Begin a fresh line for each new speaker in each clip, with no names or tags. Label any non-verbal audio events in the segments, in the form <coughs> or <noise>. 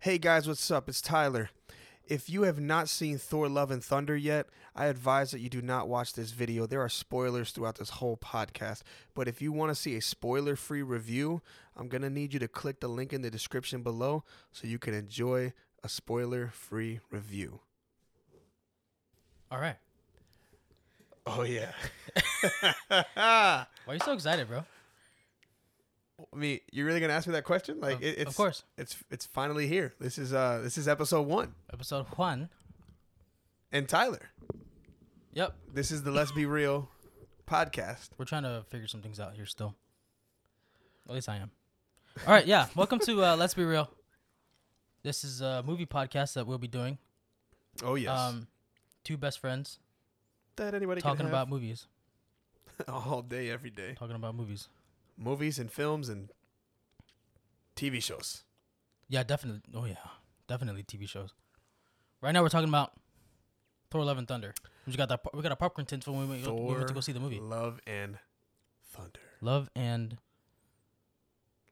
Hey guys, what's up? It's Tyler. If you have not seen Thor Love and Thunder yet, I advise that you do not watch this video. There are spoilers throughout this whole podcast. But if you want to see a spoiler free review, I'm going to need you to click the link in the description below so you can enjoy a spoiler free review.
All right.
Oh, <laughs> yeah.
Why are you so excited, bro?
I mean, you're really going to ask me that question? Like,
Of-
it, it's,
of course.
It's, it's finally here. This is, uh, this is episode one.
Episode one.
And Tyler,
Yep.
this is the Let's Be Real podcast.
We're trying to figure some things out here still. At least I am. All right. Yeah. Welcome to uh, Let's Be Real. This is a movie podcast that we'll be doing.
Oh, yes.
Um, two best friends
that anybody can
talking
have.
about movies.
<laughs> all day, every day.
Talking about movies.
Movies and films and TV shows.
Yeah, definitely. Oh yeah, definitely TV shows. Right now we're talking about Thor: Love and Thunder. We got that. We got a popcorn tin for when we, went- we went to go see the movie.
Love and Thunder.
Love and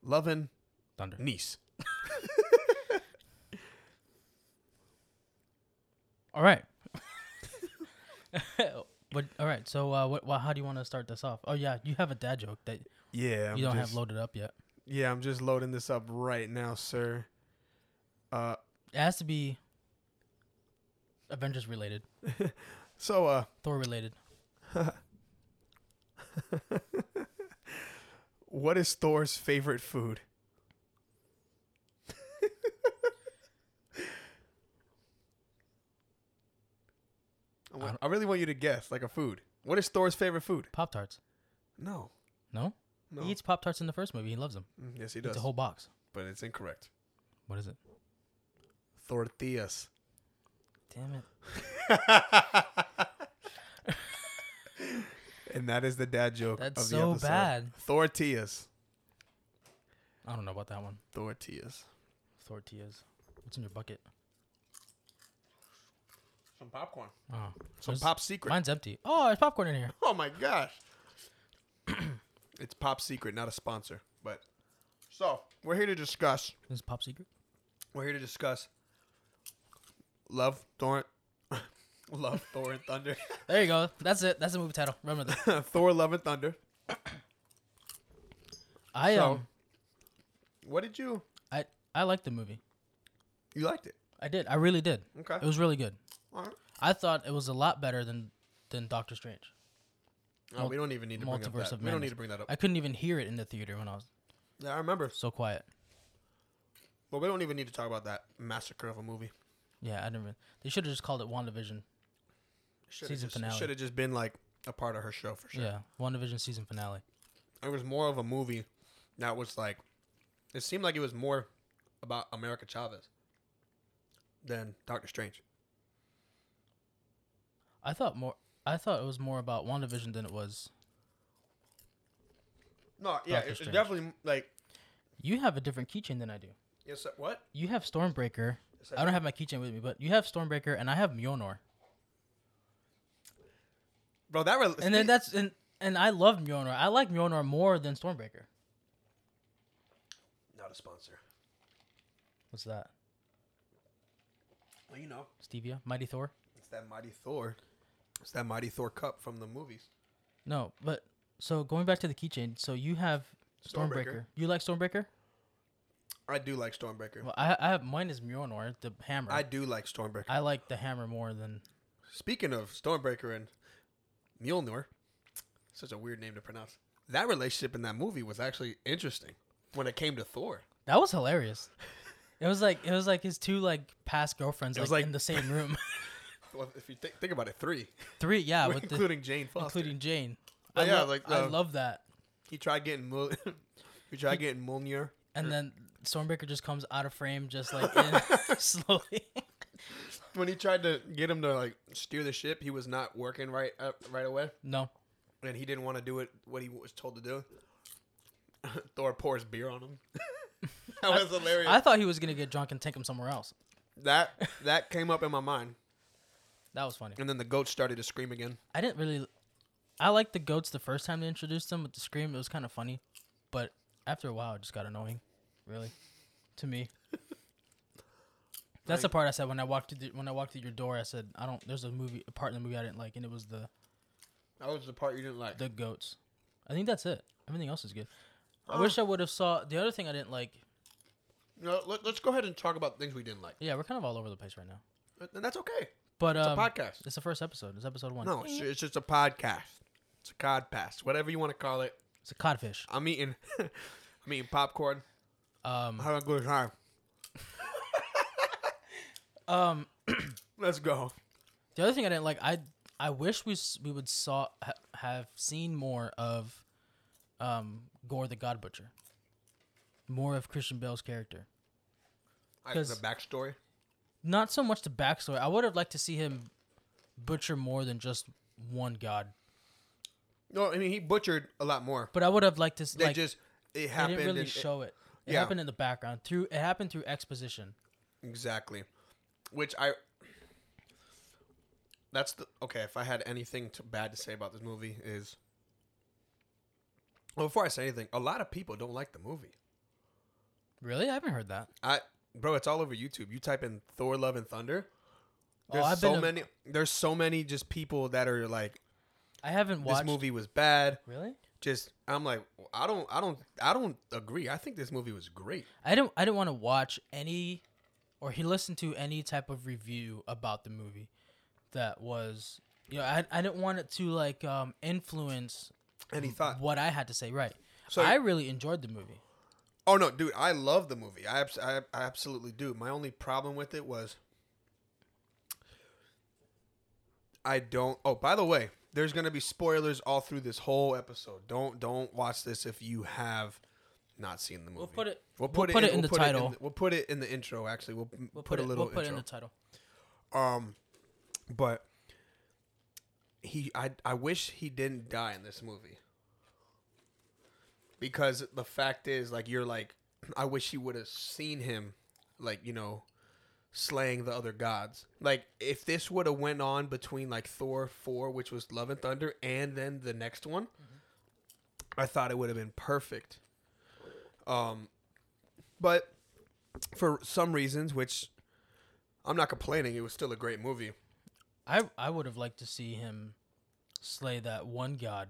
Love and
Thunder.
Niece.
All right. <laughs> but all right. So uh, what, what? How do you want to start this off? Oh yeah, you have a dad joke that
Yeah, I'm
you don't
just,
have loaded up yet.
Yeah, I'm just loading this up right now, sir. Uh,
It has to be Avengers related,
so uh,
Thor related.
what is Thor's favorite food? I, want- I really want you to guess, like a food. What is Thor's favorite food?
Pop tarts.
No,
No?
no.
he eats Pop tarts in the first movie. He loves them.
Mm, yes, he
It's
does.
a whole box.
but it's incorrect.
What is it?
Tortillas.
Damn it.
And that is the dad joke.
That's
of the
so
episode.
bad.
Tortillas.
I don't know about that one.
Tortillas.
Tortillas. What's in your bucket?
Some popcorn.
Oh,
Some
there's-
pop secret.
Mine's empty. Oh, there's popcorn in here.
Oh my gosh. <clears throat> it's pop secret, not a sponsor. But so we're here to discuss.
This is pop secret.
We're here to discuss. Love Thor. <laughs> Love Thor and Thunder. <laughs>
There you go. That's it. That's the movie title. Remember that.
Thor Love and Thunder.
I
So-
um,
What did you?
I I liked the movie.
You liked it.
I did. I really did.
Okay.
It was really good.
All right.
I thought it was a lot better than than Doctor Strange.
Oh, we don't even need to bring up
Multiverse
that.
of
We don't
Madness.
need to bring that up.
I couldn't even hear it in the theater when I was
Yeah, I remember.
so quiet.
But we don't even need to talk about that massacre of a movie.
Yeah, I didn't. Even, they should have just called it WandaVision. Season finale.
Should have just been like a part of her show for sure.
Yeah, WandaVision season finale.
It was more of a movie that was like, it seemed like it was more about America Chavez than Doctor Strange.
I thought more. I thought it was more about WandaVision than it was.
No, yeah,
Doctor
it's
Strange.
definitely like,
You have a different keychain than I do.
it's what?
You have Stormbreaker. I don't have my keychain with me, but you have Stormbreaker and I have Mjolnir.
Bro, that rel
And then that's and and I love Mjolnir. I like Mjolnir more than Stormbreaker.
not a sponsor.
What's that?
Well, you know,
Stevia, Mighty Thor.
it's that Mighty Thor. It's that Mighty Thor cup from the movies.
No, but so going back to the keychain. So you have Stormbreaker.
Stormbreaker.
You like Stormbreaker?
I do like Stormbreaker.
Well, I, I have mine is Mjolnir, the hammer.
I
I,
do like Stormbreaker.
like the hammer more than
Speaking of Stormbreaker and Mjolnir, such a weird name to pronounce. That relationship in that movie was actually interesting when it came to Thor.
that was hilarious. It was like it was like his two like past girlfriends
It
like,
was like-
in the same
<laughs>
room. <laughs>
Well, if you think think about it, three,
Three, yeah, with the,
including Jane Foster.
<laughs> including Jane.
Oh,
I,
yeah,
lo-
like
I
the-
love that.
he tried getting Mul- <laughs> he tried getting Mjolnir.
And then Stormbreaker just comes out of frame,
<laughs>
just like in, <laughs> slowly.
When he tried to get him to like steer the ship, he was not working right up right away,
no,
and he didn't want to do it what he was told to do. <laughs> Thor pours beer on him. <laughs> that was hilarious.
I thought he was gonna get drunk and take him somewhere else.
that that came up in my mind,
That was funny.
and then the goat started to scream again.
I didn't really. I liked the goats the first time they introduced them with the scream. It was kind of funny, but after a while, it just got annoying. Really, to me. That's the
right?
part I said when I walked through the, when I walked through your door. I said I don't. There's a movie, a part in the movie I didn't like, and it was the
that was the part you didn't like.
the goats. I think that's it. Everything else is good. I wish I would have saw the other thing I didn't like.
No, let, us go ahead and talk about things we didn't like,
Yeah, we're kind of all over the place right now.
and that's okay.
But
It's
um,
a podcast.
it's the first episode. It's episode one.
No, it's, ju- it's just a podcast. It's a codcast, whatever you want to call it.
it's a codfish.
I'm eating, <laughs> I'm eating popcorn.
Um,
Have a good time.
<laughs> um, <clears throat>
Let's go.
The other thing I didn't like, I I wish we s- we would saw ha, have seen more of, um, Gore the God Butcher. More of Christian Bale's character.
I, the
'Cause-
backstory.
Not so much the backstory. I would have liked to see him butcher more than just one god.
No, I mean he butchered a lot more.
But I would have liked to s-
They
like
just it
they
happened.
didn't really
and it-
show it. It
yeah.
happened in the background through it happened through exposition.
Exactly. Which I. That's the okay. If I had anything to, bad to say about this movie is, well, before I say anything, a lot of people don't like the movie.
Really, I haven't heard that.
I bro, it's all over YouTube. You type in Thor: Love and Thunder.
Oh,
There's
I've been
so
a-
many. There's so many just people that are like,
I haven't
this
watched.
movie was bad.
Really,
Just I'm like, I don't, I don't, I don't agree. I think this movie was great.
I didn't I didn't want to watch any or he listened to any type of review about the movie that was you know I, I didn't want it to like um influence
And
Mm,
he thought,
what I had to say right
So-
I really enjoyed the movie
Oh no, dude! I love the movie. I, abs- I, I absolutely do. My only problem with it was I don't. Oh, by the way, there's gonna be spoilers all through this whole episode. Don't don't watch this if you have not seen the movie.
we'll put it
We'll put, it, in, we'll
the
put
title.
the- we'll put it in the intro. Actually, we'll,
we'll
put, a little
we'll put it in
intro.
the title
um, but he, I, I wish he didn't die in this movie because the fact is, like, you're like, <clears throat> I wish he would have seen him, like, you know, slaying the other gods. Like, if this would have went on between like Thor four, which was Love and Thunder, and then the next one, I thought it would have been perfect. Um, but for some reasons, which I'm not complaining. It was still a great movie.
I I would have liked to see him slay that one god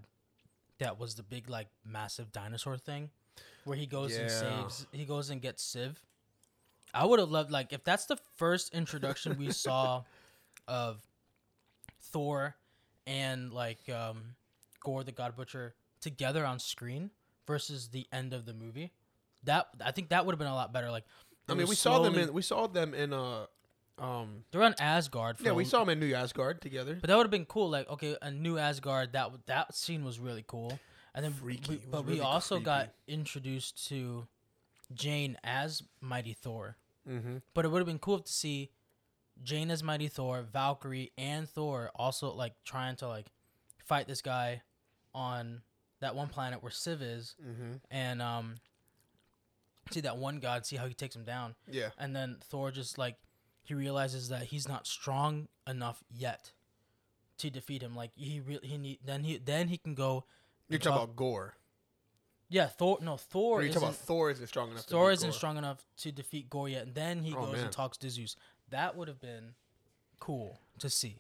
that was the big like massive dinosaur thing where he goes and
Yeah.
saves he goes and gets Civ. I would have loved like if that's the first introduction
<laughs>
we saw of Thor and like um Gore the God Butcher together on screen versus the end of the movie. That I think that would have been a lot better. Like
I
it
mean,
was
we saw them
slowly-
in we saw them in uh um
they're on Asgard. For
yeah
a
we saw them in New Asgard together.
But that would have been cool. Like, okay, a new Asgard. That w- that scene was really cool. And then,
Freaky.
we,
It was
but we
really
also
creepy.
got introduced to Jane as Mighty Thor.
Mm-hmm.
But it would have been cool to see Jane as Mighty Thor, Valkyrie, and Thor also like trying to like fight this guy on that one planet where Civ is,
Mm-hmm.
and um, see that one god, see how he takes him down,
Yeah.
and then Thor just like he realizes that he's not strong enough yet to defeat him. Like he re- he need then he then he can go.
You're
and
talking
talk-
about Gore.
yeah Thor no Thor
Or you're
isn't,
talking about Thor isn't strong enough.
Thor
to
isn't strong enough to defeat Gore yet. And then he
Oh,
goes
man.
and talks to Zeus. That would have been cool to see.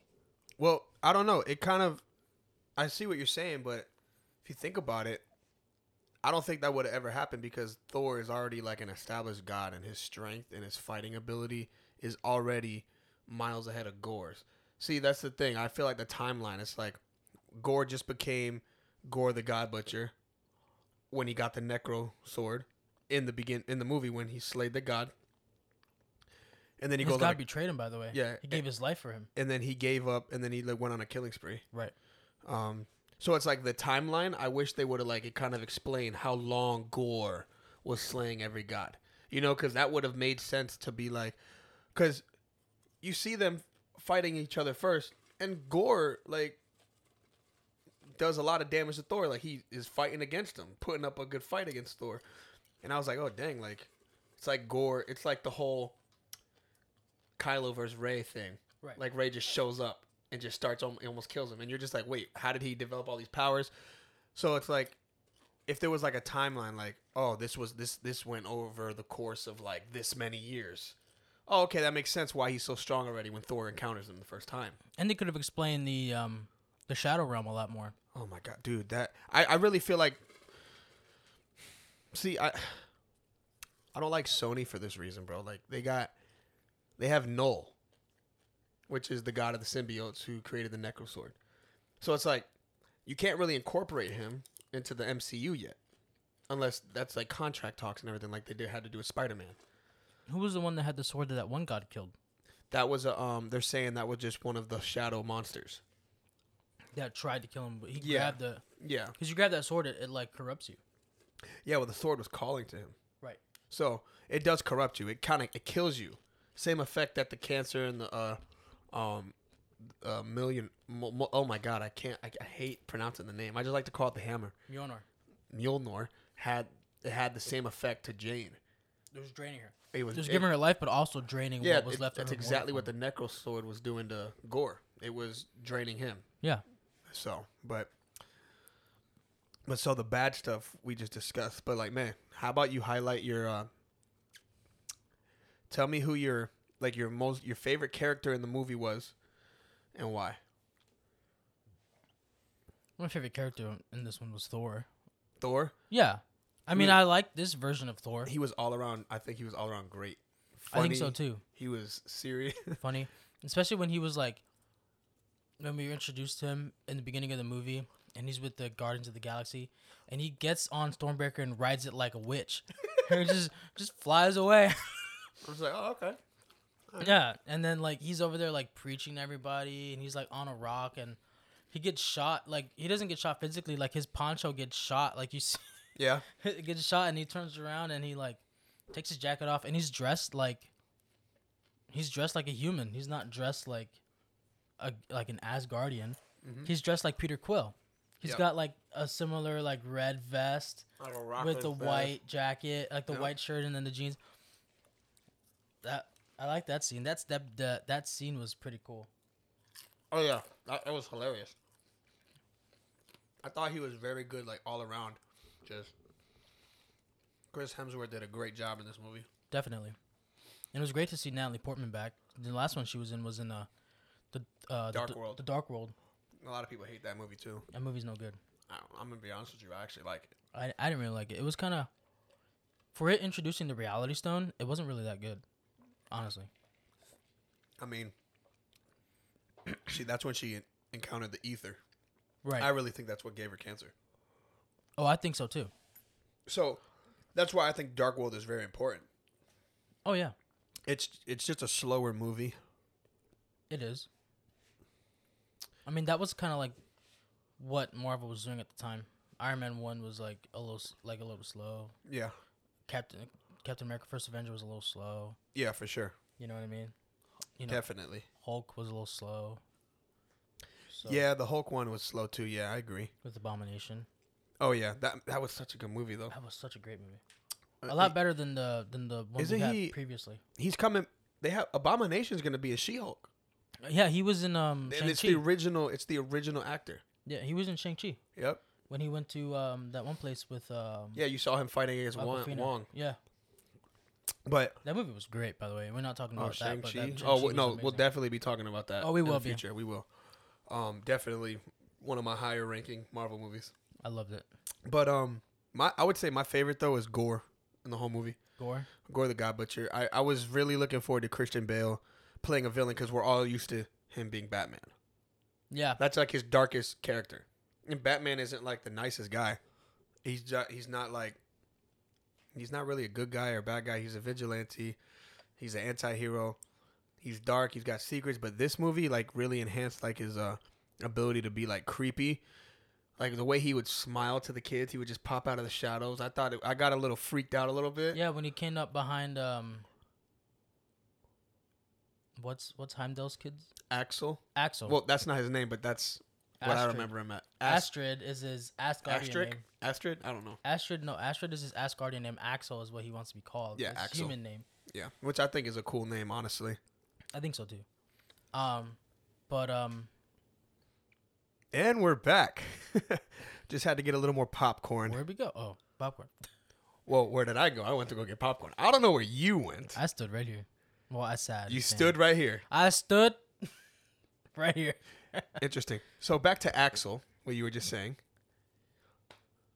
Well, I don't know. It kind of I see what you're saying, but if you think about it, I don't think that would have ever happened because Thor is already like an established god, and his strength and his fighting ability is already miles ahead of Gore's. See, that's the thing. I feel like the timeline. It's like Gore just became Gore the God Butcher when he got the Necro Sword in the begin in the movie when he slayed the god, and then he
His
goes
God
on a-
betrayed him, by the way.
Yeah, eh.
he gave his life for him.
and then he gave up, and then he like went on a killing spree.
Right.
Um, so it's like the timeline. I wish they would have like it kind of explained how long Gore was slaying every god. You know, because that would have made sense to be like, because you see them fighting each other first, and Gore like does a lot of damage to Thor. Like he is fighting against him, putting up a good fight against Thor. And I was like, oh dang, like it's like Gore. It's like the whole Kylo versus Ray thing.
Right.
Like Ray just shows up and just starts al- almost kills him, and you're just like, wait, how did he develop all these powers? So it's like if there was like a timeline, like oh, this was this this went over the course of like this many years Oh, okay, that makes sense why he's so strong already when Thor encounters him the first time.
And they could have explained the um the Shadow Realm a lot more.
Oh my god, dude, that I, I really feel like See, I I don't like Sony for this reason, bro. Like they got they have Null, which is the god of the symbiotes who created the Necro Sword. So it's like you can't really incorporate him into the MCU yet. Unless that's like contract talks and everything like they did had to do with Spider Man.
Who was the one that had the sword that that one god killed?
That was a um they're saying that was just one of the shadow monsters.
That tried to kill him, but he
Yeah.
grabbed the
Yeah.
because you grab that sword, it, it like corrupts you.
Yeah, well the sword was calling to him.
Right.
So it does corrupt you. It kind of it kills you. Same effect that the cancer and the uh, um, uh, million. Mo- mo- oh my god, I can't. I, I hate pronouncing the name. I just like to call it the hammer.
Mjolnir.
Mjolnir had it had the same effect to Jane.
It was draining her.
It was
It was
it-
giving her life, but also draining
yeah.
what was
it-
left. of
that's
her
exactly what
mortal
the necro sword was doing to Gore. It was draining him.
form.
So, but but so the bad stuff we just discussed. But like, man, how about you highlight your? uh Tell me who your like your most your favorite character in the movie was, and why.
Yeah, my favorite character in this one was Thor.
Thor,
Yeah, I mean,
mean-
I like this version of Thor.
he was all around. I think he was all around great.
I think so
Funny.
too.
He was serious.
Funny, especially when he was like, when we introduced him in the beginning of the movie, and he's with the Guardians of the Galaxy, and he gets on Stormbreaker and rides it like
<laughs>
a witch, and it just just flies away.
<laughs> I was like, oh okay.
Yeah, and then like he's over there like preaching to everybody, and he's like on a rock, and he gets shot. Like he doesn't get shot physically. Like his poncho gets shot. Like you <laughs> see,
Yeah,
it gets shot, and he turns around and he like takes his jacket off, and he's dressed like he's dressed like a human. He's not dressed like a like an Asgardian. He's dressed like Peter Quill. He's
Yep.
got like a similar like red vest
like a rock
with the white jacket, like the
Yep.
white shirt, and then the jeans. That I like that scene. That's that that, that scene was pretty cool.
Oh yeah, that, that was hilarious. I thought he was very good, like all around. Just Chris Hemsworth did a great job in this movie.
Definitely, and it was great to see Natalie Portman back. The last one she was in was in uh, the uh,
Dark
the,
World.
The Dark World.
A lot of people hate that movie too.
That movie's no good.
I don't, I'm gonna be honest with you. I actually like it.
I I didn't really like it. It was kind of for it introducing the Reality Stone. It wasn't really that good, honestly.
I mean, <clears throat> she that's when she encountered the ether.
Right.
I really think that's what gave her cancer.
oh, I think so too.
So that's why I think Dark World is very important.
Oh yeah,
It's it's just a slower movie.
it is. I mean, that was kind of like what Marvel was doing at the time. Iron Man one was like a little s- like a little slow.
Yeah,
Captain Captain America First Avenger was a little slow.
yeah, for sure,
You know what I mean? You know,
definitely.
Hulk was a little slow. So,
Yeah, the Hulk one was slow too. Yeah, I agree.
with Abomination,
Oh yeah, that that was such a good movie though.
that was such a great movie.
Uh,
A lot better than the than the one
Isn't
we had
he-
previously.
he's coming. They have Abomination's going to be a She-Hulk,
Yeah, he was in um
and it's
Shang
the
Chi.
original. It's the original actor.
Yeah, he was in Shang Chi
Yep.
when he went to um that one place with um
Yeah, you saw him fighting against Wong,
Awkwafina.
Wong,
Yeah,
but
that movie was great by the way. We're not talking
oh,
about
Shang
that. But
Chi.
that
Oh
Shang-Chi
w-
was
no, we'll
amazing.
definitely be talking about that.
Oh, we
in
will
the
be.
future. We will. Um, definitely one of my higher ranking Marvel movies.
I loved it.
But um, my I would say my favorite though is Gore in the whole movie.
Gore.
Gore the God Butcher. I I was really looking forward to Christian Bale playing a villain because we're all used to him being Batman.
Yeah,
That's like his darkest character. And Batman isn't like the nicest guy. He's ju- he's not like he's not really a good guy or a bad guy. He's a vigilante. He's an anti-hero. He's dark. He's got secrets, but this movie like really enhanced like his uh ability to be like creepy. Like the way he would smile to the kids, he would just pop out of the shadows. I thought it, I got a little freaked out a little bit.
yeah. When he came up behind um, what's what's Heimdall's kids?
Axel.
Axel.
Well, that's not his name, but that's what I
Astrid.
remember him at. Ast-
Astrid is his Asgardian
Astrid.
name.
Astrid. I don't know.
Astrid, no, Astrid is his Asgardian name. Axel is what he wants to be called.
Yeah,
his
Axel.
human name.
Yeah, which I think is a cool name, honestly.
I think so too. Um, but um,
And we're back. <laughs> Just had to get a little more popcorn.
where'd we go? Oh, popcorn.
well, where did I go? I went to go get popcorn. I don't know where you went.
I stood right here. Well, I sat.
You
man.
stood right here.
I stood <laughs> right here.
Interesting. So back to Axel, what you were just saying.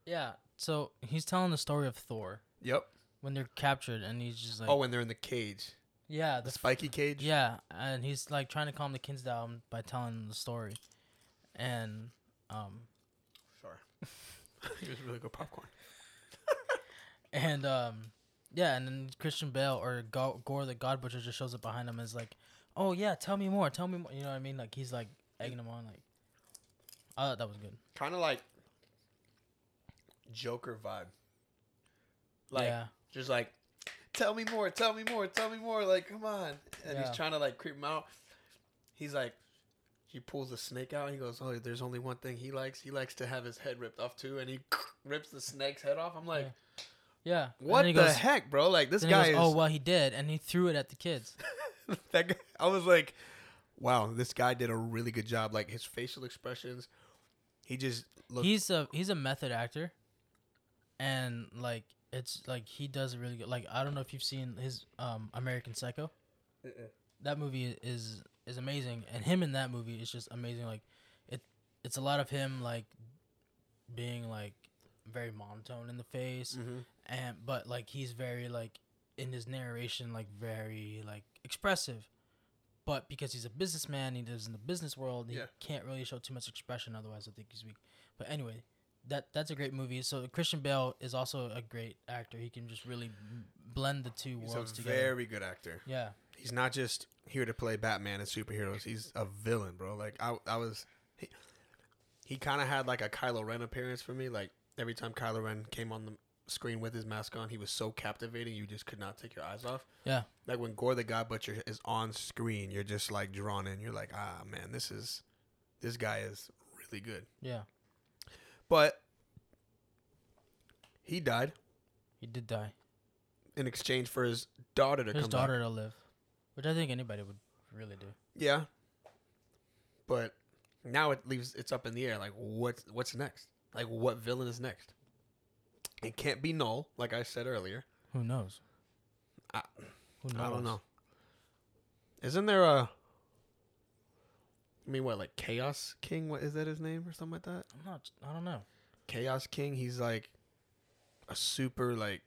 Yeah. So he's telling the story of Thor
Yep.
when they're captured, and he's just like,
Oh, and they're in the cage,
yeah,
the
the
spiky cage.
Yeah, and he's like trying to calm the kids down by telling them the story, and um,
Sorry. <laughs> it was really good popcorn.
and um, yeah, and then Christian Bale or Go- Gore the God Butcher just shows up behind him and is like, "Oh yeah, tell me more, tell me more." You know what I mean? Like he's like egging him on. Like, I thought that was good.
Kind of like Joker vibe. Like
yeah,
just like, tell me more, tell me more, tell me more. Like, come on. And
Yeah.
he's trying to like creep him out. He's like, he pulls the snake out. And he goes, oh, there's only one thing he likes. He likes to have his head ripped off too. And he <laughs> rips the snake's head off. I'm like,
Yeah. yeah. And
what
then
the
he goes-
heck, bro? Like this
Then he
guy
goes,
is.
"Oh well, he did," and he threw it at the kids.
<laughs> that guy, I was like, wow, this guy did a really good job. Like his facial expressions, he just looked.
he's a he's a method actor, and like it's like he does a really good. Like I don't know if you've seen his um American Psycho.
Mm-mm.
That movie is is amazing, and him in that movie is just amazing. Like it it's a lot of him like being like very monotone in the face,
Mhm.
and but like he's very like in his narration like very like expressive. But because he's a businessman, he lives in the business world. He
Yeah.
can't really show too much expression, otherwise I think he's weak. But anyway, that that's a great movie. So Christian Bale is also a great actor. He can just really m- blend the two
He's a
worlds together.
very good actor.
yeah,
He's not just here to play Batman and superheroes. He's a villain, bro. Like I, I was, he, he kind of had like a Kylo Ren appearance for me. Like every time Kylo Ren came on the screen with his mask on, he was so captivating. You just could not take your eyes off.
yeah,
Like when Gore the God Butcher is on screen, you're just like drawn in. You're like, ah, man, this is, this guy is really good.
yeah.
But he died
He did die.
in exchange for his daughter to come
His
back.
daughter to live, which I think anybody would really do.
Yeah. But now it leaves it's up in the air. Like what's what's next? Like what villain is next? It can't be Null, like I said earlier.
Who knows?
I-
Who knows?
I don't know. Isn't there a I mean what, like Chaos King? What is that his name or something like that?
I'm not. I don't know.
Chaos King, he's like a super like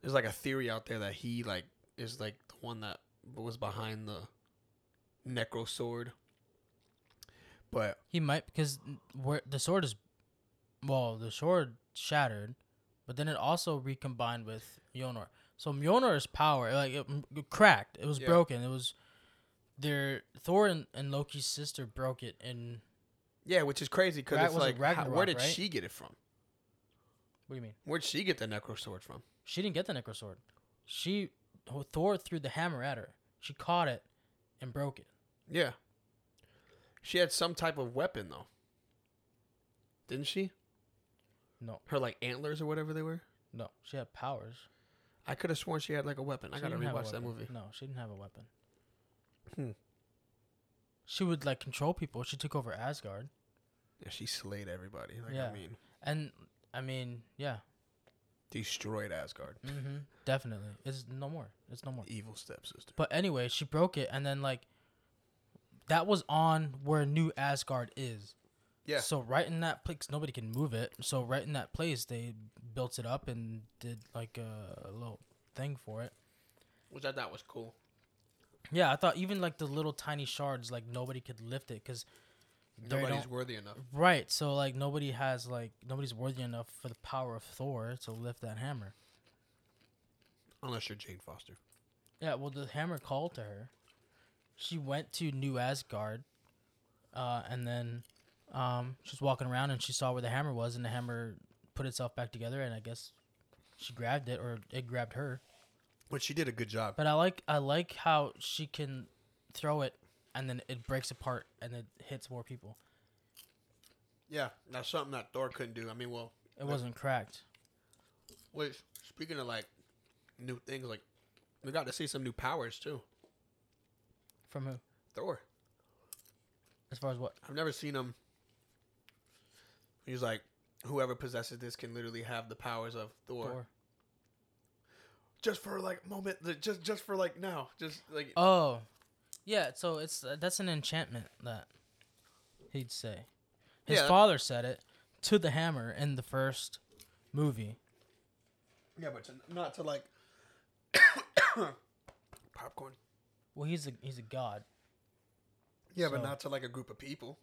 there's like a theory out there that he like is like the one that was behind the necro sword. But
He might because n- where the sword is, well, the sword shattered, but then it also recombined with Mjolnir. So Mjolnir's power, like it, m- it cracked, it was
Yeah.
broken. It was their Thor and, and Loki's sister broke it, and
Yeah, which is crazy because
Ra-
it's
was it
like, how, where
Ragnarok,
did
right?
she get it from?
what do you mean?
Where'd she get the Necro Sword from?
She didn't get the necro sword. She Thor threw the hammer at her. She caught it and broke it.
Yeah. She had some type of weapon, though. Didn't she?
No,
Her, like, antlers or whatever they were?
no, she had powers.
I could have sworn she had, like, a weapon. I
She
got to
didn't have a
rewatch that
weapon.
movie.
No, she didn't have a weapon.
Hmm.
She would like control people. She took over Asgard.
Yeah, she slayed everybody. Like,
Yeah.
I mean,
And I mean, yeah,
destroyed Asgard.
hmm definitely. It's no more. It's no more.
Evil stepsister.
But anyway, she broke it, and then like that was on where New Asgard is.
Yeah.
So right in that place, nobody can move it. So right in that place, they built it up and did like a, a little thing for it.
Which I thought was cool.
Yeah, I thought even like the little tiny shards, like nobody could lift it because
Nobody's worthy enough.
Right. So like nobody has like nobody's worthy enough for the power of Thor to lift that hammer.
Unless you're Jane Foster.
Yeah, well the hammer called to her. She went to New Asgard, uh, and then um, she was walking around and she saw where the hammer was, and the hammer put itself back together, and I guess she grabbed it or it grabbed her.
But she did a good job.
But I like I like how she can throw it, and then it breaks apart and it hits more people.
Yeah, that's something that Thor couldn't do. I mean, well,
It wasn't cracked.
Which, speaking of like new things, like we got to see some new powers too.
From who?
Thor,
As far as what?
I've never seen him. He's like, whoever possesses this can literally have the powers of Thor. Thor,
Thor.
just for like moment, like, just just for like now, just like
Oh, yeah. So it's uh, that's an enchantment that he'd say. His
Yeah.
father said it to the hammer in the first movie.
yeah, but to, not to like <coughs> popcorn.
Well, he's a he's a god.
Yeah, but
So-
not to like a group of people.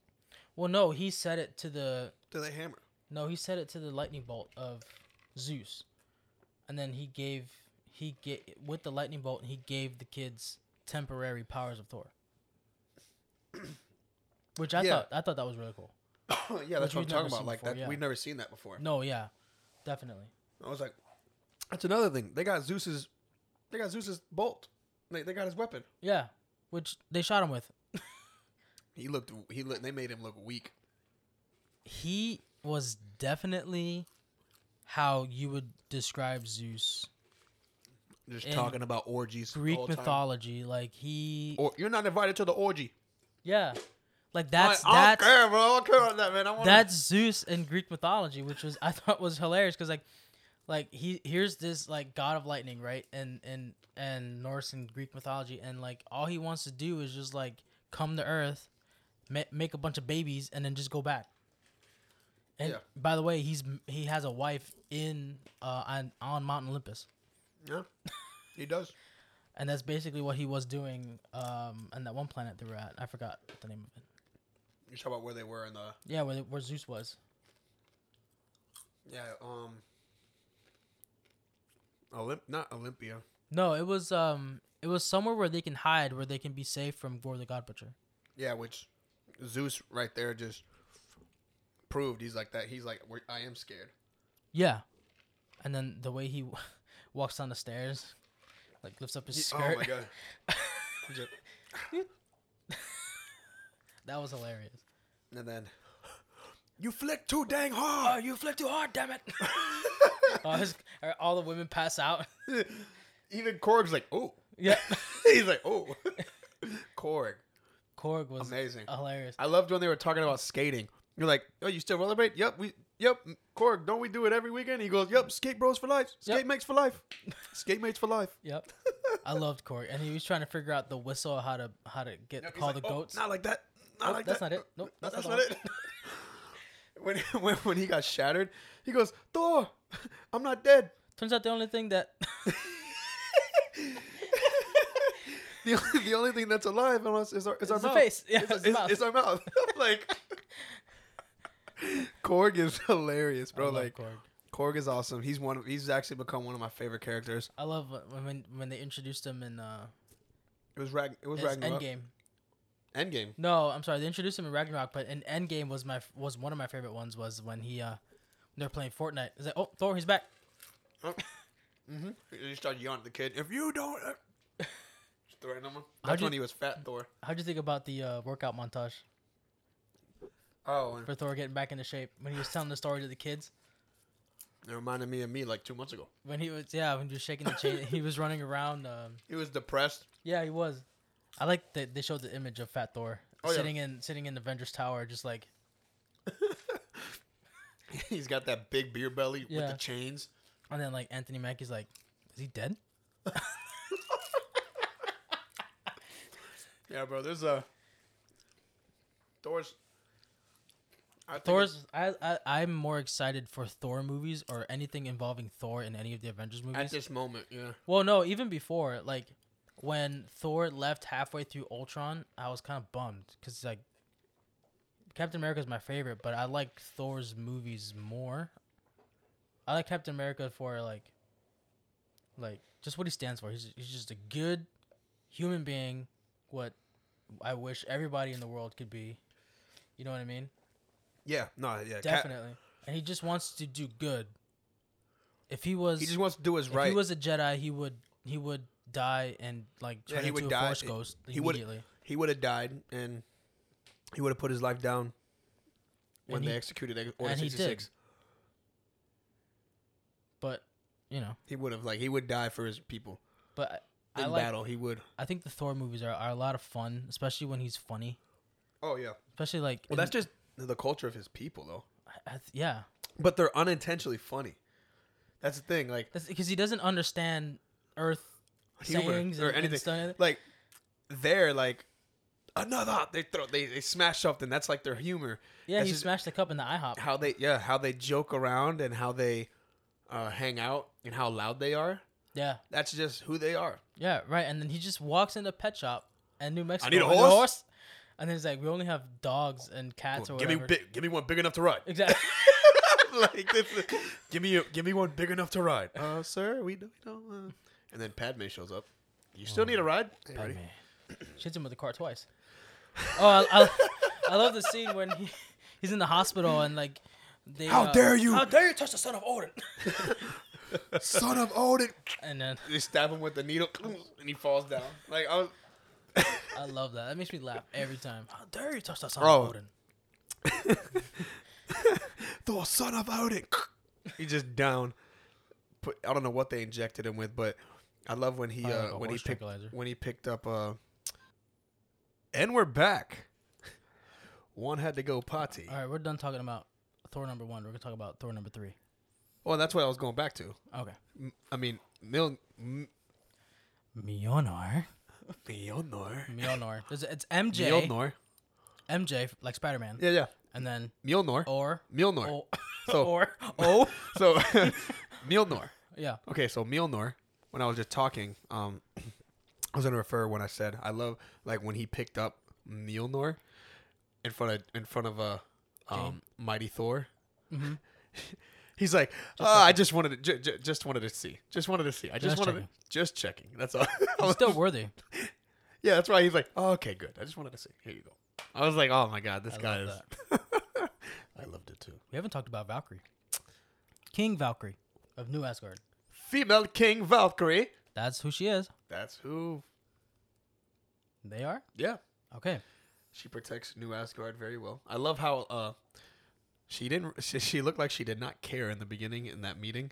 Well, no, he said it to the
Do they hammer?
no, he said it to the lightning bolt of Zeus, and then he gave he gave with the lightning bolt he gave the kids temporary powers of Thor, which I
Yeah.
thought I thought that was really cool.
<coughs> yeah, that's what I'm
Which we've never
talking about.
seen
Like
before,
that,
yeah.
we've never seen that before.
No, yeah, definitely.
I was like, that's another thing. They got Zeus's, they got Zeus's bolt. They, they got his weapon.
Yeah, which they shot him with.
He looked. He looked. They made him look weak.
He was definitely how you would describe Zeus.
Just
In
talking about orgies. the
Greek
whole time.
mythology, like he,
Or you're not invited to the orgy.
yeah, like that's
I, I don't
that's
care, bro. I don't care about that, man. I want
that's Zeus in Greek mythology, which was I thought was hilarious because like, like he here's this like god of lightning, right? And and and Norse and Greek mythology, and like all he wants to do is just like come to Earth, ma- make a bunch of babies, and then just go back. And
Yeah.
by the way, he's he has a wife in uh on, on Mount Olympus,
Yeah, he does.
and that's basically what he was doing um on that one planet they were at. I forgot the name of it.
You talk about where they were in the
Yeah, where where Zeus was.
yeah um. Olymp not Olympia.
No, it was um it was somewhere where they can hide where they can be safe from Gore the God Butcher.
Yeah, which Zeus right there just proved he's like that. He's like "We're- I am scared.
Yeah. And then the way he <laughs> walks down the stairs, like lifts up his
Oh
skirt.
my god. Just-
<laughs> that was hilarious.
And then you flick too dang hard.
Oh, you flipped too hard, damn it. all, his, <laughs> er, all the women pass out.
<laughs>
<laughs>
Even Korg's like, oh.
yeah.
<laughs> He's like, oh. <laughs> Korg,
<laughs> Korg was
amazing.
hilarious.
I loved when they were talking about skating. You're like, oh, you still rollerblade? Yep, we, yep. Korg, don't we do it every weekend? He goes, yep. Skate bros for life. Skate
Yep.
mates for life. Skate mates for life. <laughs>
Yep. I loved Korg. And he was trying to figure out the whistle how to how to get
He's
call
like,
the
"Oh,
goats.
Not like that. Not
Nope,
like
that's
that.
not it. Nope,
No,
that's not
not
the
it. <laughs> when, <laughs> when when he got shattered, he goes, Thor, I'm not dead. <laughs>
Turns out the only thing that <laughs>
the, only, the only thing that's alive on us is our, is our
It's the
mouth.
face. <laughs> Yeah,
it's,
it's the
it's-
mouth.
it's our mouth. <laughs> I'm like, Korg is hilarious,
I
bro.
love
Like Korg.
Korg.
is awesome. He's one. Of, he's actually become one of my favorite characters.
I love when when- when they introduced him in uh
It was Rag. It was
his
Ragnarok.
Endgame.
Endgame.
No, I'm sorry. They introduced him in Ragnarok, but in Endgame was my was one of my favorite ones. Was when he uh, when they're playing Fortnite. It's like, oh, Thor, he's back.
Oh. Mm-hmm. He started yelling at the kid. If you don't, uh, <laughs> just throwing him.
How'd
That's
you-
when he was Fat Thor.
How'd you think about the uh, workout montage
Oh, and
for Thor getting back into shape when he was telling the story to the kids?
it reminded me of me like two months ago.
When he was yeah, when he was shaking the chain, he was running around. Um,
He was depressed. <laughs>
yeah, he was. I like that they showed the image of Fat Thor
Oh, yeah.
sitting in sitting in Avengers Tower, just like
He's got that big beer belly with
Yeah.
the chains.
and then like Anthony Mackie's like, is he dead?
Yeah, bro. There's a Thor's. I think it's-
Thor's. I, I I'm more excited for Thor movies or anything involving Thor in any of the Avengers movies.
at this moment. Yeah.
Well, no, even before, like when Thor left halfway through Ultron, I was kind of bummed because like Captain America is my favorite, but I like Thor's movies more. I like Captain America for like, like just what he stands for. He's he's just a good human being. What I wish everybody in the world could be. You know what I mean?
Yeah. No. Yeah. Cap-
Definitely. and he just wants to do good. If he was,
he just wants to do his
if
right.
he was a Jedi, he would he would die and like
Yeah,
turn
he
into
would
a
die.
Force ghost
He would-
immediately.
he would have died, and he would have put his life down when
And
they
he-
executed Ex- Order
and he did.
sixty six.
but you know,
He, would have like he would die for his people
but I,
in
I like.
battle. He would.
I think the Thor movies are, are a lot of fun, especially when he's funny.
Oh yeah.
Especially like,
Well,
in-
that's just the culture of his people, though.
I, I th- yeah,
But they're unintentionally funny. That's the thing. Like
because he doesn't understand Earth
humor
sayings
or
and- and
anything.
stuff.
like they're like another. They throw they they smash something. That's like their humor.
Yeah,
That's
he
just-
smashed the cup in the IHOP.
How they yeah how they joke around and how they uh, hang out and how loud they are.
Yeah,
That's just who they are.
yeah, right. And then he just walks into a pet shop in New Mexico.
need a
with
horse?
And then he's like, "We only have dogs and cats or
give me
whatever."
big, give me one big enough to ride. <laughs>
exactly.
like this is, give me a, give me one big enough to ride. Uh, sir, we don't. We don't uh. And then Padme shows up. You still need a ride? Hey, buddy.
Batman. <clears throat> Shits him with the car twice. Oh, I, I, I love the scene when he, he's in the hospital and like. They,
How
uh,
dare you,
How dare you touch the son of Odin?
son of Odin!
<laughs> And then
They stab him with the needle, and he falls down. Like I was,
I love that. That makes me laugh every time. How dare you touch the son
Bro.
of Odin?
the son of Odin. <laughs> He just down. Put I don't know what they injected him with, but I love when he
Probably
uh,
like a
when he
horse
picked
tranquilizer.
when he picked up. Uh, and we're back. One had to go potty.
All right, we're done talking about Thor number one. We're gonna talk about Thor number three.
Well, Oh, that's what I was going back to.
Okay.
M- I mean, Mil- M-
Mjolnir.
Mjolnir.
Mjolnir. There's- It's MJ.
Mjolnir.
MJ like Spider Man.
Yeah, yeah.
And then
Mjolnir.
or
Mjolnir.
or
So-
<laughs> or oh
<laughs>
<laughs>
So Mjolnir.
yeah.
Okay, so Mjolnir. When I was just talking, um, <clears throat> I was gonna refer when I said I love like when he picked up Mjolnir in front of in front of a um, mighty Thor.
Mm-hmm.
<laughs> He's like, "Ah, I just wanted to j- j- just wanted to see, just wanted to see. I just,
Just
wanted
checking.
to, just checking. That's all. <laughs> I
He's
was-
still worthy.
yeah, that's why he's like, oh, okay, good. I just wanted to see. Here you go. I was like, oh my god, this
I
guy is.
love
<laughs> I loved it too.
We haven't talked about Valkyrie. King Valkyrie of New Asgard.
Female King Valkyrie.
That's who she is.
That's who.
They are?
Yeah,
Okay.
she protects New Asgard very well. I love how uh, she didn't. <laughs> She, she looked like she did not care in the beginning in that meeting.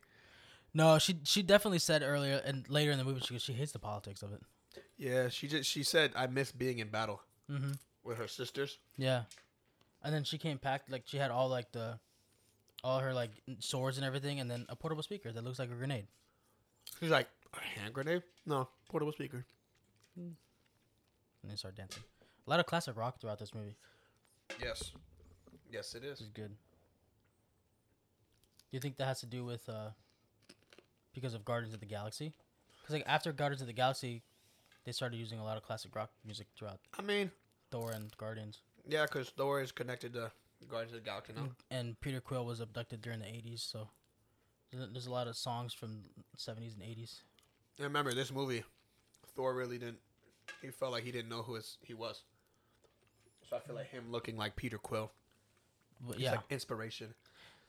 No, she she definitely said earlier and later in the movie she goes, she hates the politics of it.
Yeah, she just she said, "I miss being in battle
Mm-hmm.
with her sisters."
Yeah. And then she came packed like she had all like the all her like swords and everything and then a portable speaker that looks like a grenade.
She's like, "A hand grenade? No, portable speaker."
And they start dancing. A lot of classic rock throughout this movie.
Yes, yes, it is.
This is good. Do you think that has to do with uh because of Guardians of the Galaxy? Because like after Guardians of the Galaxy, they started using a lot of classic rock music throughout
I mean,
Thor and Guardians.
yeah, because Thor is connected to Guardians of the Galaxy now.
And Peter Quill was abducted during the '80s, so there- there's a lot of songs from '70s and '80s.
And remember this movie, Thor really didn't. He felt like he didn't know who his, he was. So I feel like him looking like Peter Quill.
But
It's
yeah,
like inspiration.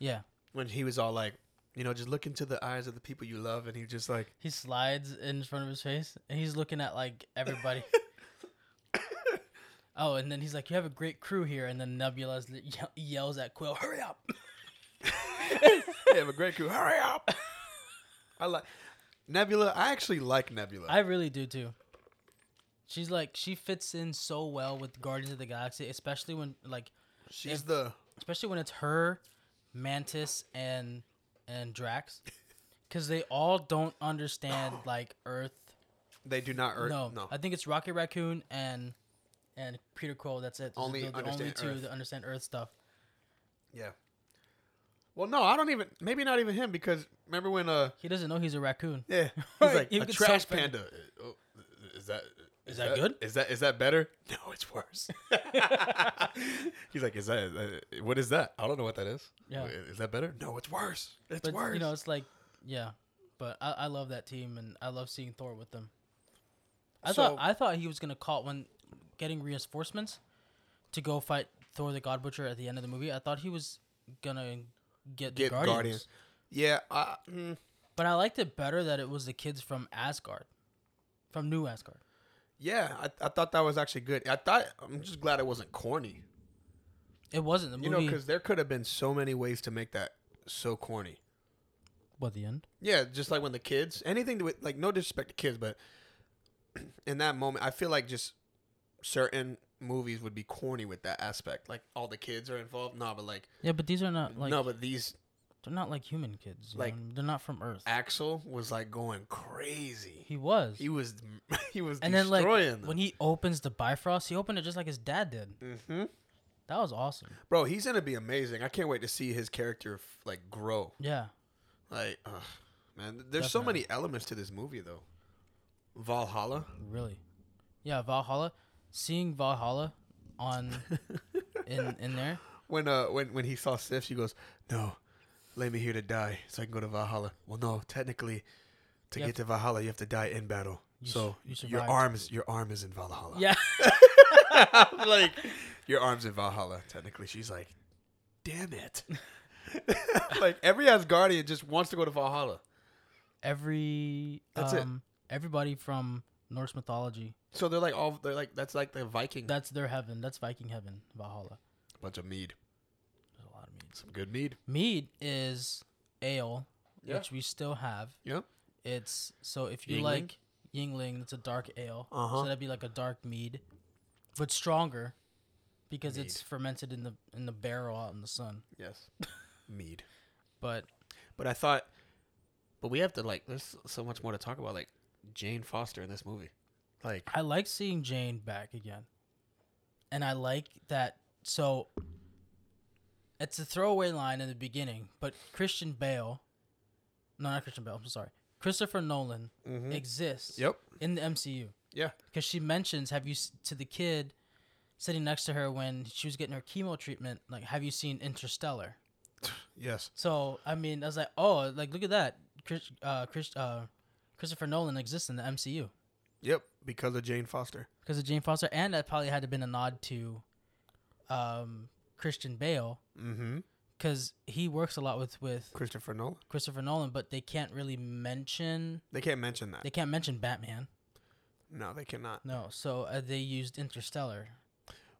yeah.
when he was all like, you know, just look into the eyes of the people you love, and he just like,
He slides in front of his face, and he's looking at like everybody. oh, and then he's like, "You have a great crew here," and then Nebula yells at Quill, "Hurry up!"
"Hey, have a great crew, hurry
<laughs>
up. I like Nebula. I actually like Nebula.
I really do too. She's like she fits in so well with Guardians of the Galaxy, especially when like
She's the
especially when it's her, Mantis and and
<laughs>
Drax, because they all don't understand like Earth.
they do not earn
no,
no.
I think it's Rocket Raccoon and and Peter Quill. That's it. Those are
Only
the, the only
understand
two
Earth.
that understand Earth stuff.
yeah. Well, no, I don't even. Maybe not even him because remember when uh
He doesn't know he's a raccoon.
yeah he's
Right,
like
<laughs> you
a
could
trash
sell-
panda. Uh, oh, Is that
Is that good?
Is that is that better? No, it's
<laughs>
worse. He's like, is that uh, what is that? I don't know what that is.
Yeah.
is that better? No, it's worse. It's
But
worse.
you know, it's like yeah. But I, I love that team, and I love seeing Thor with them. I thought
So-
I thought he was gonna call when getting reinforcements to go fight Thor the God Butcher at the end of the movie. I thought he was gonna get, the
Get
Guardians,
Guardians. Yeah, I, mm,
but I liked it better that it was the kids from Asgard, from New Asgard.
yeah. I, I thought that was actually good. I thought I'm just glad it wasn't corny.
It wasn't the
You know,
movie.
because there could have been so many ways to make that so corny.
what the end?
Yeah, just like when the kids, anything to with- like. No disrespect to kids, but <clears throat> in that moment, I feel like just certain movies would be corny with that aspect. Like all the kids are involved. No, but like,
Yeah, but these are not like
no, but these
They're not like human kids. you know
Like-
what I mean? they're not from Earth.
Axel was like going crazy.
He was.
He was <laughs> he was
and then like
destroying them.
when he opens the Bifrost, he opened it just like his dad did.
hmm
That was awesome.
Bro, he's gonna be amazing. I can't wait to see his character f- like grow.
Yeah.
Like, ugh, man, th- there's so many elements to this movie though. Valhalla.
Really? Yeah, Valhalla. Seeing Valhalla on
<laughs>
in in there.
When uh when when he saw Sif, she goes, "No, lay me here to die so I can go to Valhalla." Well, no, technically, to
You
get to Valhalla, you have to die in battle.
You
So
su- you
your
survived.
arm is your arm is in Valhalla.
Yeah.
I'm <laughs> like your arms in Valhalla. Technically, she's like, "Damn it!" <laughs> like every Asgardian just wants to go to Valhalla.
Every
That's it.
um everybody from Norse mythology.
So they're like all they're like that's like the Viking
That's their heaven. That's Viking heaven, Valhalla.
bunch of mead,
There's a lot of meads.
some good mead.
Mead is ale,
Yeah.
which we still have.
Yep.
It's so if you
Yingling?
like Yingling, it's a dark ale.
Uh-huh.
So that'd be like a dark mead, but stronger because it's
Mead.
fermented in the in the barrel out in the sun.
Yes, <laughs> mead.
But
But I thought, but we have to like. There's so much more to talk about. Like Jane Foster in this movie. Like
I like seeing Jane back again. And I like that so it's a throwaway line in the beginning, but Christian Bale no not Christian Bale, I'm sorry. Christopher Nolan exists
Mm-hmm. yep,
in the MCU.
yeah,
because she mentions have you s- to the kid sitting next to her when she was getting her chemo treatment like have you seen interstellar
yes.
so i mean i was like oh like look at that chris uh chris uh christopher nolan exists in the mcu
Yep, because of Jane Foster.
because of jane foster and that probably had to been a nod to um christian bale
Mm-hmm.
because he works a lot with with
Christopher Nolan.
christopher nolan but they can't really mention
They can't mention that.
they can't mention batman
No, they cannot.
no so uh, they used interstellar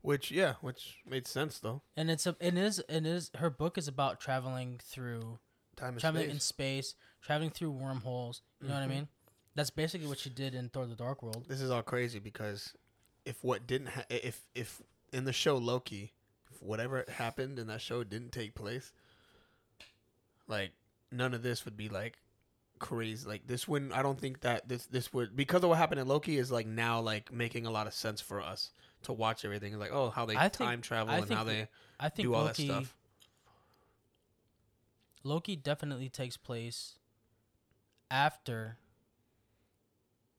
Which yeah, which made sense though.
and it's a, it is it is her book is about traveling through
Time and
traveling
space. Mm-hmm.
in space, traveling through wormholes. You know what I mean? That's basically what she did in Thor: The Dark World.
this is all crazy because if what didn't ha- if if in the show Loki, if whatever happened in that show didn't take place, like none of this would be like crazy. Like this wouldn't. I don't think that this this would because of what happened in Loki is like now like making a lot of sense for us to watch everything. Like oh how they
I think-
time travel
I
and how
think-
they
I think
do all
Loki.
that stuff.
Loki definitely takes place after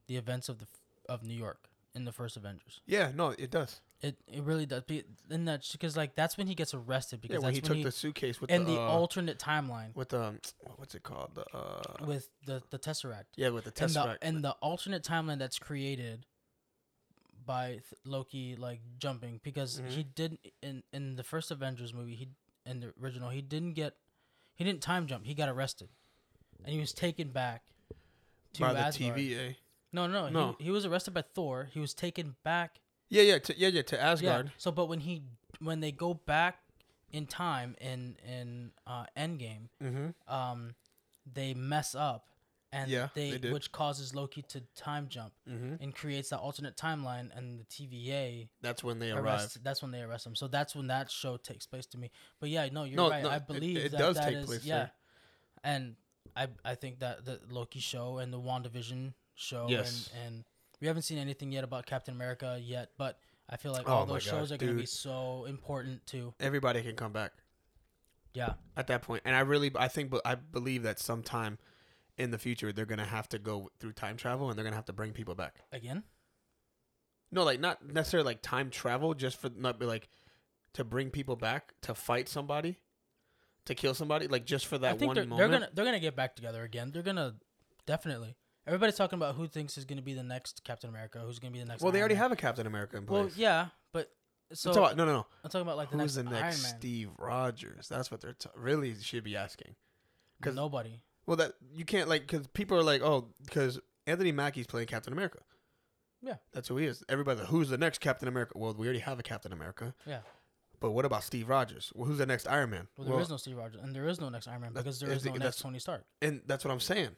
the events of the f- of New York in the first Avengers.
Yeah, no, it does.
It it really does. Be, in that because like that's when he gets arrested
Yeah,
because
when
that's
he
when
took
he
the suitcase with
and
the,
the
uh,
alternate timeline
with the what's it called the uh
with the the Tesseract.
yeah with the
and the,
tesseract
and the alternate timeline that's created by th- Loki like jumping because
Mhm.
he didn't in in the first Avengers movie he in the original he didn't get he didn't time jump he got arrested and he was taken back to
by the
Asgard.
TVA.
no no
No.
He, he was arrested by Thor he was taken back
Yeah, yeah, to, yeah, yeah, to Asgard.
yeah so but when he when they go back in time in in uh, Endgame
Mm-hmm.
um they mess up and
Yeah,
they,
they did.
which causes Loki to time jump
Mm-hmm.
and creates that alternate timeline and the TVA
That's when they arrive.
arrests that's when they arrest him. So that's when that show takes place to me. But yeah, no, you're
No,
right.
no,
I
it-
believe
it
that
does
that
take
is-
place
yeah.
there.
And I I think that the Loki show and the WandaVision show
Yes.
and and we haven't seen anything yet about Captain America yet, but I feel like
Oh
all
my
those
God,
shows are going to be
dude.
so important to
Everybody can come back
yeah.
at that point, and I really, I think, but I believe that sometime in the future they're gonna have to go through time travel, and they're gonna have to bring people back.
Again?
No, like not necessarily like time travel, just for not be like to bring people back to fight somebody, to kill somebody, like just for that
I think
one
they're,
moment.
they're gonna they're gonna get back together again. They're gonna definitely. Everybody's talking about who thinks is gonna be the next Captain America. Who's gonna be the next?
well, they
Iron
already
Man.
have a Captain America in place.
Well, yeah, but so
I'm talking about- no, no, no.
I'm talking about like the
Who's
next,
the next
Iron Man.
Steve Rogers? That's what they're t- really should be asking. 'Cause-
Nobody.
Well, that you can't like because people are like, oh, because Anthony Mackie's playing Captain America.
Yeah.
that's who he is. Everybody's like, who's the next Captain America? Well, we already have a Captain America,
Yeah.
but what about Steve Rogers? Well, who's the next Iron Man?
Well, there is no Steve Rogers, and there is no next Iron Man
that-
because there
I
is no
think
next
that's-
Tony Stark.
and that's what I'm saying.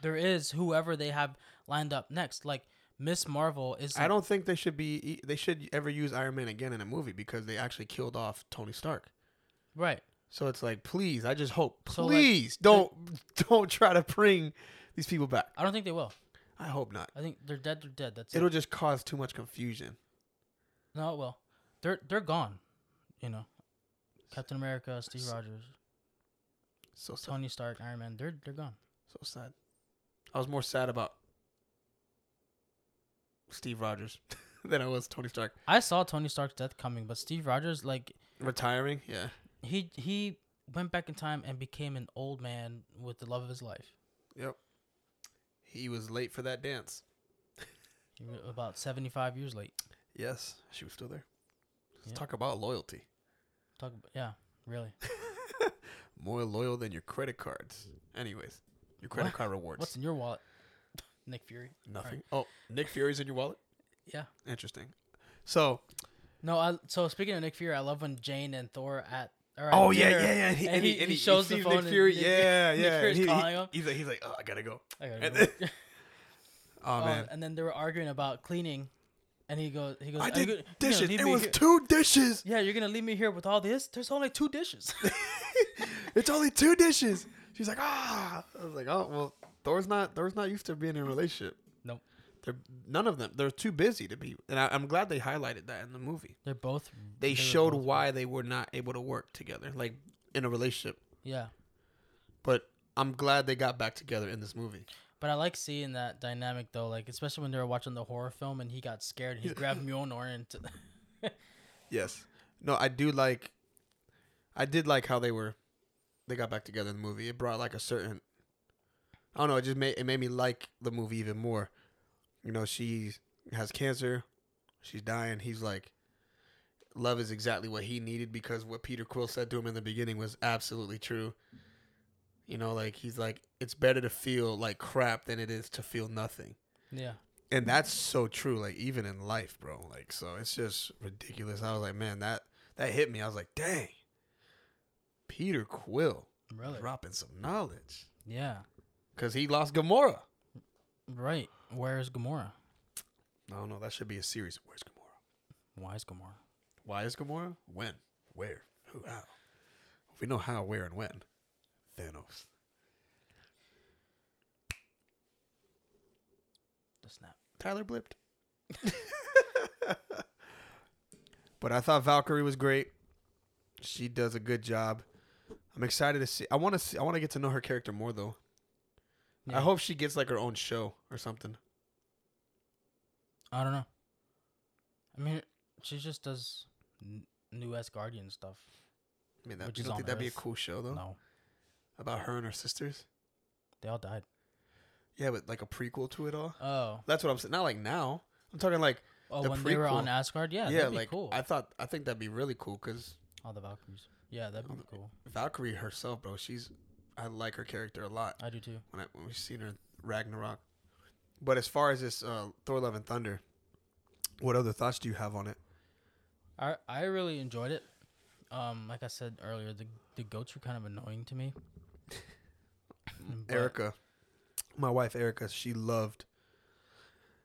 There is whoever they have lined up next. Like Miss Marvel is.
I don't think they should be. They should ever use Iron Man again in a movie because they actually killed off Tony Stark.
right.
So it's like, please, I just hope,
So, like,
please don't <laughs> don't try to bring these people back.
I don't think they will.
I hope not.
I think they're dead. They're dead. That's
It'll
it.
just cause too much confusion.
No, it will. They're they're gone. You know, Captain America, Steve
S-
Rogers,
So sad.
Tony Stark, Iron Man. They're they're gone.
So sad. I was more sad about Steve Rogers <laughs> than I was Tony Stark
I saw Tony Stark's death coming, but Steve Rogers, like
retiring. Yeah,
he he went back in time and became an old man with the love of his life.
yep. He was late for that dance.
He wa- About seventy five years late.
Yes, she was still there. Let's
Yeah.
Talk about loyalty.
Talk about, yeah, really.
More loyal than your credit cards. Anyways, your credit
What?
card rewards.
What's in your wallet, <laughs> Nick Fury?
Nothing. Oh, Nick Fury's in your wallet.
Yeah.
Interesting. So,
No, I, so speaking of Nick Fury, I love when Jane and Thor at. Or at
oh yeah,
dinner,
yeah, yeah. And he, and he, and he
shows the
sees
phone.
Nick
and
Fury.
Nick-
yeah,
Nick
yeah.
Fury's
he, he-
calling him.
He's like, he's like, oh, I gotta go.
I gotta
And
go.
then- <laughs> Oh,
Oh,
man,
and then they were arguing about cleaning, and he goes, he goes,
I
"Are you
did
gonna- you gonna
dishes.
leave
It
me
was
here-
two dishes.
yeah, you're gonna leave me here with all this? There's only
<laughs>
two dishes. <laughs>
It's only two dishes. She's like, ah. I was like, oh well, Thor's not Thor's not used to being in a relationship.
Nope.
They're none of them. They're too busy to be. And I, I'm glad they highlighted that in the movie.
They're both.
They,
were
showed
both-
why they were not able to work together, like in a relationship.
Yeah,
But I'm glad they got back together in this movie.
but I like seeing that dynamic though, like especially when they were watching the horror film and he got
<laughs>
scared and he grabbed Mjolnir and. T- <laughs>
Yes. No, I do like. I did like how they were, they got back together in the movie. It brought like a certain. I don't know. It just made it made me like the movie even more. You know, she has cancer, she's dying. He's like, love is exactly what he needed because what Peter Quill said to him in the beginning was absolutely true. You know, like he's like, it's better to feel like crap than it is to feel nothing
yeah,
and that's so true like even in life bro like so it's just ridiculous i was like man that that hit me i was like dang peter quill
really.
dropping some knowledge
Yeah,
because he lost gamora
right. Where is Gamora?
i don't know that should be a series where's gamora
Why is Gamora?
why is gamora when where who how if we know how where and when thanos
The snap.
tyler blipped <laughs> but i thought valkyrie was great she does a good job i'm excited to see i want to see i want to get to know her character more though I
Yeah.
hope she gets like her own show or something.
I don't know. I mean, she just does n- new S Guardian stuff.
I mean, that,
Which
you
is
don't
on
think that'd be a
Earth.
cool show though?
No,
About her and her sisters?
they all died.
Yeah, but like a prequel to it all.
Oh,
That's what I'm saying. Not like now. I'm talking like
oh,
The
when they were on
prequel.
Asgard, yeah,
yeah,
that'd be
like
cool.
I thought I think that'd be really cool because
all the Valkyries, yeah, that'd be
All the-
cool.
Valkyrie herself, bro, she's I like her character a lot
I do too.
when I when we seen her in Ragnarok. But as far as this uh, Thor: Love and Thunder, what other thoughts do you have on it?
I I really enjoyed it. Um, like I said earlier, the the goats were kind of annoying
<laughs>
to me. But-
Erica, my wife Erica, she loved.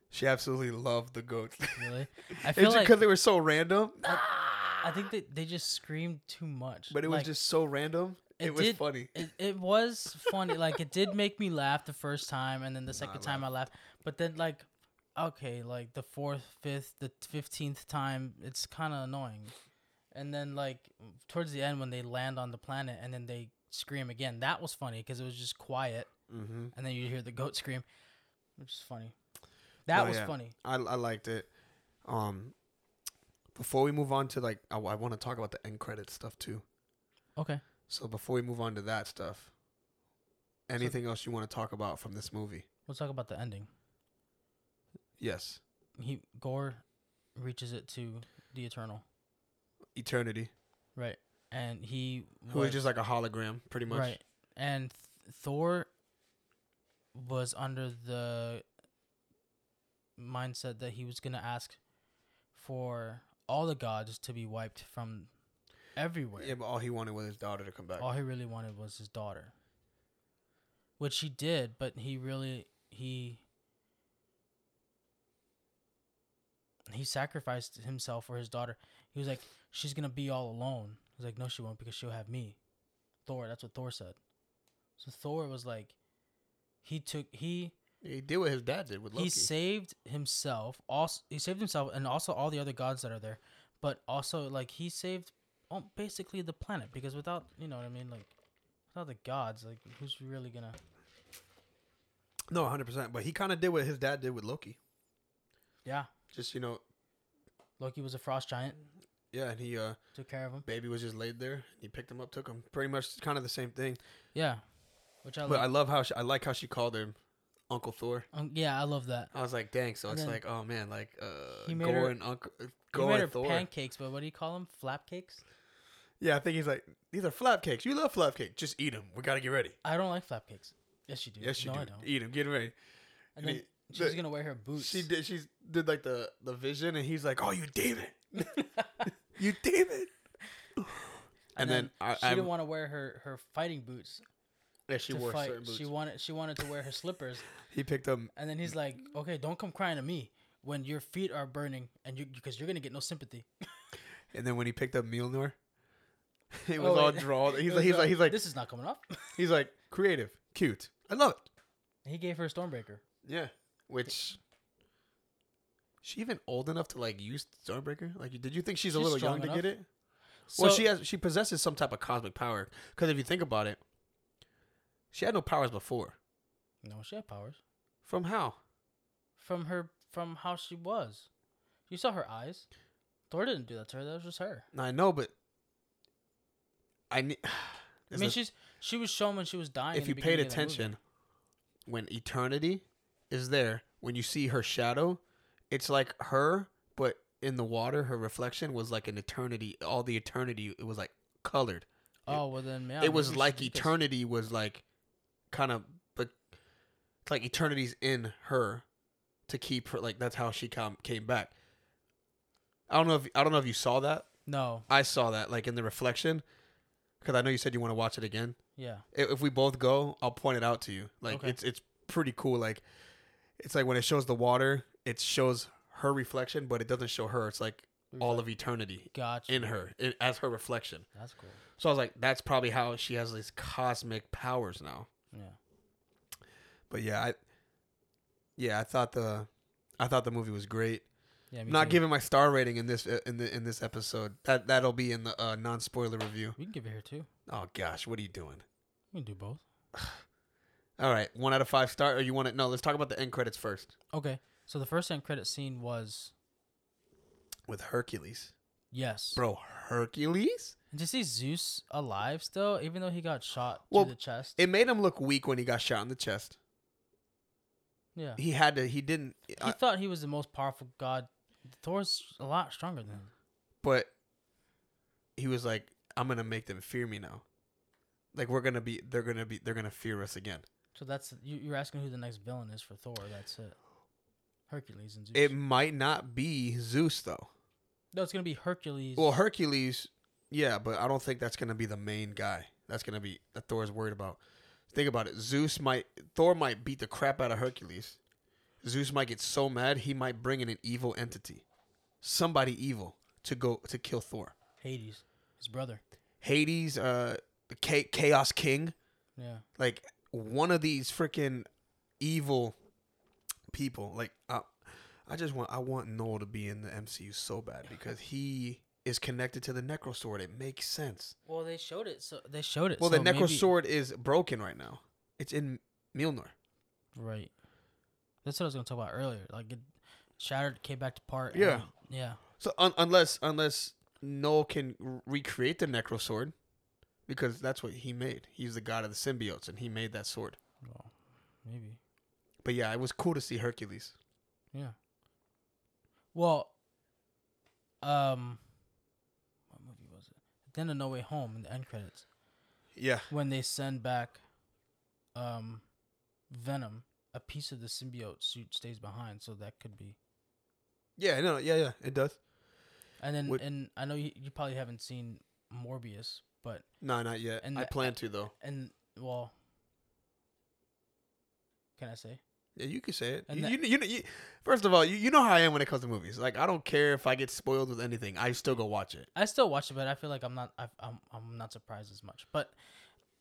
She absolutely loved the goats.
really, I
It's
feel
just
like
because they were so random.
I think that they just screamed too much.
But it was
Like,
just so random. It,
it
was
did-
funny.
It, it was funny. like it did make me laugh the first time, and then the second
I
time I laughed. But then like, okay, like the fourth, fifth, the fifteenth time, it's kind of annoying. And then like towards the end when they land on the planet and then they scream again, that was funny because it was just quiet,
Mm-hmm.
and then you hear the goat scream, which is funny. That
Oh,
was
yeah.
funny.
I, I liked it. Um, before we move on to like, I, I want to talk about the end credit stuff too.
Okay.
So before we move on to that stuff, anything else you want to talk about from this movie?
We'll talk about the ending.
Yes,
He Gore reaches it to the eternal,
Eternity,
right? And he
who is
was-
just like a hologram, pretty much.
Right. And Th- Thor was under the mindset that he was going to ask for all the gods to be wiped from everywhere.
Yeah, but all he wanted was his daughter to come back.
all he really wanted was his daughter. Which he did, but he really he he sacrificed himself for his daughter. He was like, "She's gonna be all alone." He's like, "No, she won't, because she'll have me." Thor. That's what Thor said. So Thor was like, he took he
He did what his dad did with Loki.
he saved himself. Also, he saved himself, and also all the other gods that are there. But also, like he saved um, basically the planet because without you know what I mean, like without the gods, like who's really gonna?
No, 100%. But he kind of did what his dad did with Loki.
Yeah,
Just, you know,
Loki was a frost giant,
yeah, and he, uh,
took care of him.
baby was just laid there. He picked him up, took him. Pretty much kind of the same thing.
Yeah, which I
But I
love.
love how she, I like how she called him Uncle Thor.
Um, yeah, I love that.
I was like, dang. So
And
it's
then-
like, oh man, like uh,
He made her-
Gore and Uncle
He
Gore
made her
and Thor.
pancakes, but what do you call them? Flap cakes?
yeah, I think he's like, these are flap cakes. You love flap cake. Just eat them. We gotta get ready.
I don't like flap cakes. Yes, you do.
Yes, you
no,
do.
I don't.
Eat them. Get ready.
And then
mean,
she's
the-
gonna wear her boots.
She
<laughs>
did. She did like the the vision, and he's like, oh, you demon. you demon. And, then, I,
she
I'm-
didn't want to wear her, her fighting boots
yeah, she
to
wore
fight.
certain boots.
She wanted she wanted to wear her slippers,
he picked up.
and then he's like, "Okay, don't come crying to me when your feet are burning, and you because you're gonna get no sympathy."
And then when he picked up Mjolnir, <laughs> it was
Oh,
all <laughs>
wait.
drawn. He's like,
It was
he's like, he's like,
"This is not coming up."
he's like, creative, cute. I love it.
he gave her a stormbreaker.
Yeah. Which she even old enough to like use Stormbreaker? Like, did you think she's, a
She's
little young
strong
to get
enough.
it? well,
So-
she has. She possesses some type of cosmic power. Because if you think about it, she had no powers before.
No, she had powers
From how?
from her from how she was. You saw her eyes. Thor didn't do that to her. That was just her.
Now, I know, but I need.
I mean, she's she was shown when she was dying. in
if
the
you paid
beginning of the movie.
attention, when eternity is there, when you see her shadow, it's like her, but in the water, her reflection was like an eternity. All the eternity, it was like colored.
oh well, then yeah,
it was
maybe
like
she did 'cause-
eternity was like kind of but it's like eternity's in her to keep her like that's how she come, came back i don't know if i don't know if you saw that
No,
i saw that like in the reflection because i know you said you want to watch it again
yeah,
I- if we both go i'll point it out to you like
Okay.
it's it's pretty cool like it's like when it shows the water it shows her reflection but it doesn't show her it's like all of eternity
gotcha.
in her in, as her reflection
That's cool.
so I was like, that's probably how she has these cosmic powers now.
Yeah.
But yeah, I yeah, I thought the I thought the movie was great.
Yeah,
I'm
me
not
too.
giving my star rating in this uh, in the in this episode. That that'll be in the uh, non spoiler review.
We can give it here too.
Oh gosh, what are you doing?
We can do both.
All right, one out of five star. Or you want to? No, let's talk about the end credits first
Okay. So the first end credit scene was
with Hercules,
yes.
bro. Hercules.
And to see Zeus alive still, even though he got shot
Well,
to the chest.
It made him look weak when he got shot in the chest.
yeah. He,
He had to. He didn't. uh, I-
thought he was the most powerful god. Thor's a lot stronger than him.
but he was like, "I'm gonna make them fear me now. Like we're gonna be, they're gonna be, they're gonna fear us again."
So that's you, you're asking who the next villain is for Thor. That's it. Hercules and Zeus.
It might not be Zeus though.
no, it's gonna be Hercules.
Well, Hercules, yeah, but I don't think that's gonna be the main guy. That's gonna be that Thor's worried about. Think about it. Zeus might, Thor might beat the crap out of Hercules. Zeus might get so mad he might bring in an evil entity, somebody evil to go to kill Thor.
Hades, his brother.
Hades, uh, Cha- Chaos King.
Yeah.
like one of these freaking evil people like I, I just want i want noel to be in the mcu so bad because he is connected to the necro sword it makes sense
Well, they showed it. So they showed it.
well the necro sword is broken right now it's in Mjolnir.
Right. That's what I was gonna talk about earlier. Like it shattered, came back to part. and-
Yeah.
yeah.
so un- unless unless noel can r- recreate the necro sword because that's what he made he's the god of the symbiotes and he made that sword
Well, maybe.
but yeah it was cool to see hercules
Yeah. Well. Um. What movie was it? Then a No Way Home in the end credits
yeah
when they send back, um, Venom. A piece of the symbiote suit stays behind, so that could be.
yeah no yeah yeah it does
And then,
Would-
and I know you, you probably haven't seen Morbius, but
no not yet
And
i
the-
plan to though
and well, can I say?
Yeah, you can say it.
And
you,
that-
you, you, you- first of all, you, you know how I am when it comes to movies. Like I don't care if I get spoiled with anything. I still go watch it.
I still watch it, but I feel like I'm not. i I'm I'm not surprised as much. But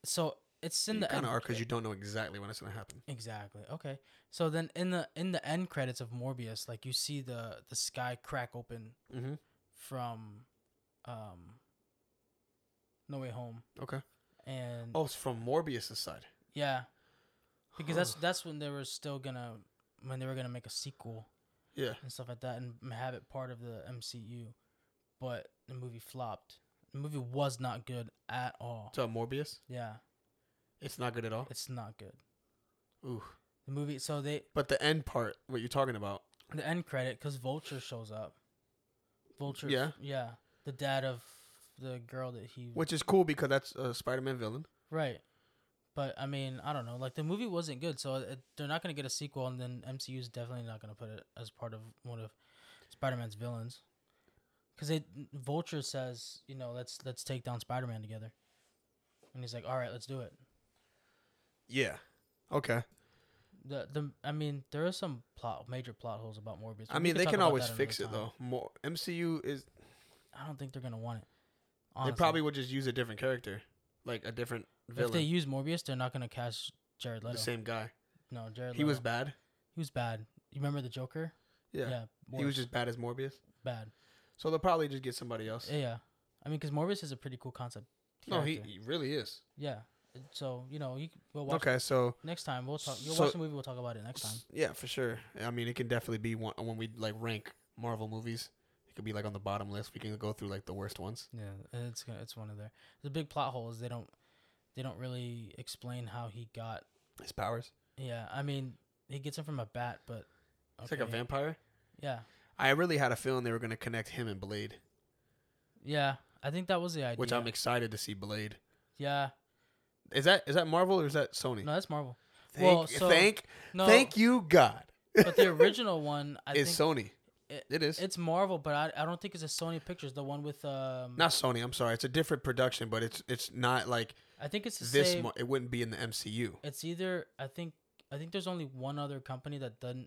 so it's in
you
the
kind
end
of are because you don't know exactly when it's gonna happen.
Exactly. Okay. So then in the in the end credits of Morbius, like you see the the sky crack open
Mm-hmm.
from um No Way Home.
Okay.
And
Oh, it's from Morbius' side.
yeah, because that's
Huh.
that's when they were still going to when they were going to make a sequel
yeah.
and stuff like that and m- have it part of the MCU. But the movie flopped. The movie was not good at all.
So Morbius,
Yeah,
it's not good at all.
it's not good.
Ooh.
The movie so they
But the end part, what you're talking about,
the end credit because Vulture shows up. Vulture,
Yeah.
yeah, the dad of the girl that he
which is cool because that's a Spider-Man villain.
right. But I mean, I don't know. Like the movie wasn't good, so uh, it, they're not gonna get a sequel, and then MCU is definitely not gonna put it as part of one of Spider-Man's villains. Because it Vulture says, you know, let's let's take down Spider-Man together, and he's like, all right, let's do it.
Yeah. Okay.
The the I mean, there are some plot major plot holes about Morbius.
I
but we
mean, they
talk
can
about
always
that another
fix it
time.
though. More MCU is
I don't think they're gonna want it. Honestly.
they probably would just use a different character, like a different
If they
villain,
use Morbius, they're not gonna cast Jared
the
Leto.
same guy.
No, Jared.
He
Leto.
was bad.
He was bad. You remember the Joker?
Yeah.
worse.
he was just bad as Morbius.
bad.
So they'll probably just get somebody else.
Yeah, yeah. I mean, because Morbius is a pretty cool concept.
no, he,
character.
he really is.
Yeah. So you know, you c- we'll watch
Okay, so
next time. We'll talk. You'll
So-
watch the movie. We'll talk about it next time.
S- Yeah, for sure. I mean, it can definitely be one when we like rank Marvel movies. It could be like on the bottom list. We can go through like the worst ones.
Yeah, and it's gonna, it's one of their the big plot holes. They don't they don't really explain how he got.
His powers.
Yeah, I mean, he gets him from a bat, but
It's like a
okay.
vampire.
Yeah,
I really had a feeling they were going to connect him and Blade,
yeah. I think that was the idea.
which I'm excited to see Blade.
yeah.
Is that is that Marvel or is that Sony?
No, that's Marvel.
thank
well, so-
thank
No,
thank you God.
but
<laughs>
the original one, I
is
think
Sony.
it-
it is.
It's Marvel, but I, I don't think it's a Sony Pictures. The one with um,
not Sony, I'm sorry. It's a different production, but it's it's not like
I think it's the
this
same.
mo- it wouldn't be in the MCU.
it's either I think I think there's only one other company that doesn't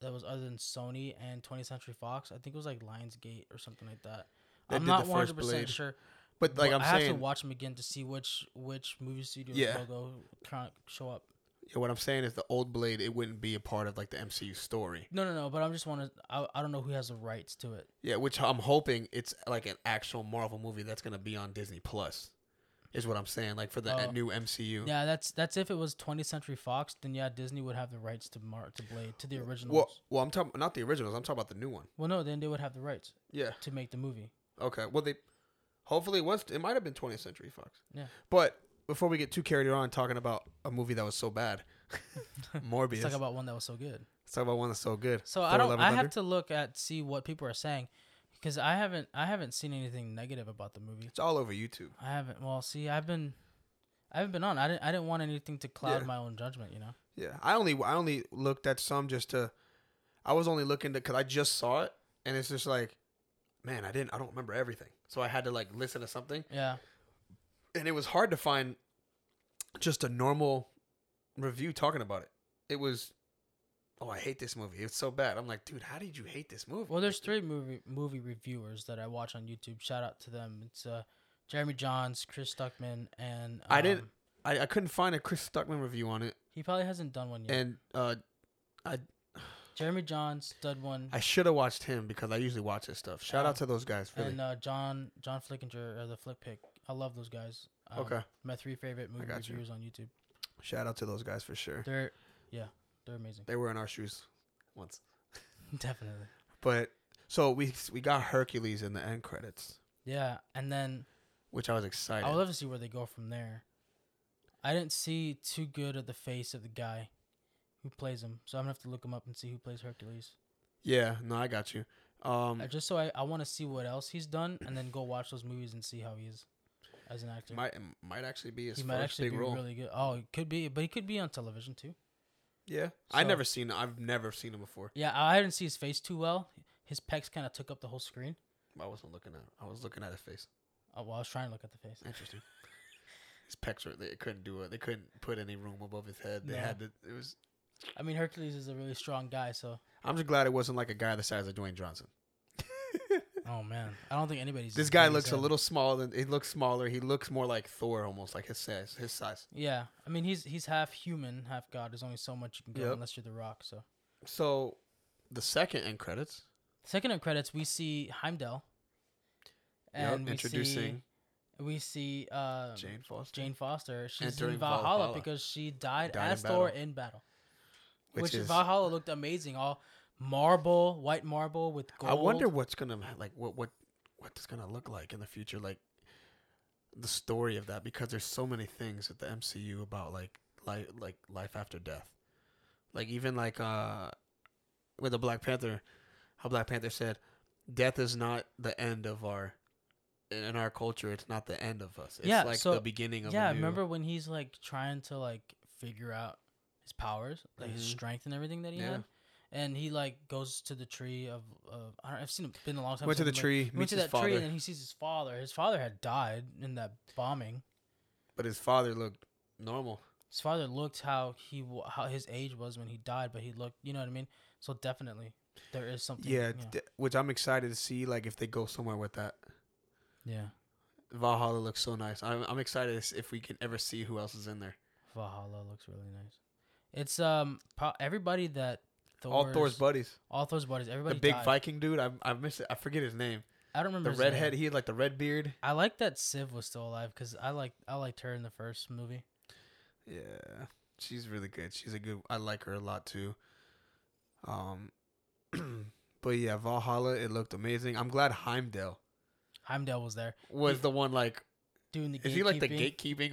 that was other than Sony and 20th Century Fox. I think it was like Lionsgate or something like that.
That
I'm
did
not
the
100
first
percent
Blade.
sure.
But like
Well,
I'm
I have
saying
to watch them again to see which which movie studio's
Yeah.
logo kind of show up.
Yeah, what I'm saying is the old Blade, it wouldn't be a part of like the MCU story.
No, no, no. But I'm just want to. I, I don't know who has the rights to it.
Yeah, which I'm hoping it's like an actual Marvel movie that's gonna be on Disney Plus, is what I'm saying. Like for the
Oh.
new MCU.
Yeah, that's that's if it was 20th Century Fox, then yeah, Disney would have the rights to Mar to Blade to the originals.
Well, well, I'm talking not the originals. I'm talking about the new one.
Well, no, then they would have the rights
Yeah.
to make the movie.
Okay. Well, they hopefully it was. It might have been 20th Century Fox.
Yeah.
But before we get too carried on talking about a movie that was so
<laughs>
bad, <laughs> Morbius.
Let's talk about one that was so good.
Let's talk about one that's so good.
So
Thor,
I don't.
Love and
I
Thunder?
have to look at see what people are saying because I haven't. I haven't seen anything negative about the movie.
It's all over YouTube.
I haven't. Well, see, I've been. I haven't been on. I didn't. I didn't want anything to cloud
Yeah.
my own judgment. You know.
Yeah, I only I only looked at some just to. I was only looking to because I just saw it, and it's just like, man, I didn't I don't remember everything, so I had to like listen to something,
Yeah.
and it was hard to find just a normal review talking about it. It was, oh, I hate this movie. It's so bad. I'm like, dude, how did you hate this movie?
Well, there's three movie movie reviewers that I watch on YouTube. Shout out to them. It's uh, Jeremy Johns, Chris Stuckman, and
I didn't-
um,
I, I couldn't find a Chris Stuckman review on it,
He probably hasn't done one yet.
and uh,
Jeremy Johns did one,
I should have watched him because I usually watch his stuff. Shout
Oh.
out to those guys, really.
and uh, John John Flickinger, or the Flick Pick. I love those guys. Um,
okay,
My three favorite movie
got you.
reviewers on YouTube.
shout out to those guys for sure.
They're yeah,
<laughs>
they're amazing. <laughs>
They were in our shoes once.
Definitely.
But so we we got Hercules in the end credits,
Yeah, and then
which I was
I,
excited.
would love to see where they go from there. I didn't see too good of the face of the guy who plays him, so I'm gonna have to look him up and see who plays Hercules.
yeah, no, I got you. Um,
Uh, just so I, I want to see what else he's done, and then go watch those movies and see how he is as an actor.
might might actually be his
he might
first
actually
big
be
role.
really good. Oh, it could be, but he could be on television too.
yeah, I
So-
never seen. I've never seen him before.
Yeah, I didn't see his face too well. His pecs kind of took up the whole screen.
I wasn't looking at. I was looking at his face.
Oh, well, I was trying to look at the face.
Interesting. <laughs> his pecs were. They couldn't do it. They couldn't put any room above his head. They
No.
had to. It was.
I mean, Hercules is a really strong guy, so <laughs>
I'm just glad it wasn't like a guy the size of Dwayne Johnson.
Oh man, I don't think anybody's.
This
as
guy
big as
looks a
him.
little smaller. Than, he looks smaller. He looks more like Thor, almost like his size. His size.
Yeah, I mean he's he's half human, half god. There's only so much you can go
Yep.
unless you're the Rock. So
So, the second end credits.
second in credits, we see Heimdall,
Yep,
and we
introducing
see we see uh,
Jane Foster,
Jane Foster. She's
Entering
in Valhalla,
Valhalla.
because she died,
Died in
as Thor
battle.
in battle.
which,
Which,
is.
Valhalla looked amazing, all marble, white marble with gold.
I wonder what's gonna like what what what this gonna look like in the future, like the story of that, because there's so many things at the MCU about like life like life after death, like even like uh with the Black Panther, how Black Panther said, "Death is not the end of our." In our culture, it's not the end of us. It's
Yeah,
like
so-
the beginning of.
Yeah,
a new,
remember when he's like trying to like figure out his powers, like his
Mhm.
strength and everything that he
Yeah.
had, and he like goes to the tree of. of I don't, I've seen it been a long time.
went to
since
the
I've been-
tree,
Went
meets
to
his
that
father,
tree and then he sees his father. His father had died in that bombing.
but his father looked normal.
His father looked how he w- how his age was when he died, but he looked, you know what I mean. So definitely, there is something.
Yeah, d- which I'm excited to see. Like if they go somewhere with that.
yeah.
Valhalla looks so nice. I'm, I'm excited to s- if we can ever see who else is in there.
Valhalla looks really nice. It's um pro- everybody that Thor's,
All Thor's buddies.
all Thor's buddies. Everybody
the big
died.
Viking dude. I I miss it. I forget his name.
I don't remember
The
his name.
redhead. He had like the red beard.
I like that Siv was still alive because I like I liked her in the first movie.
Yeah, she's really good. She's a good. I like her a lot too. Um, <clears throat> but yeah, Valhalla. It looked amazing. I'm glad Heimdall
Heimdall was there
was
He-
the one. Like,
doing the.
is he like the
gatekeeping.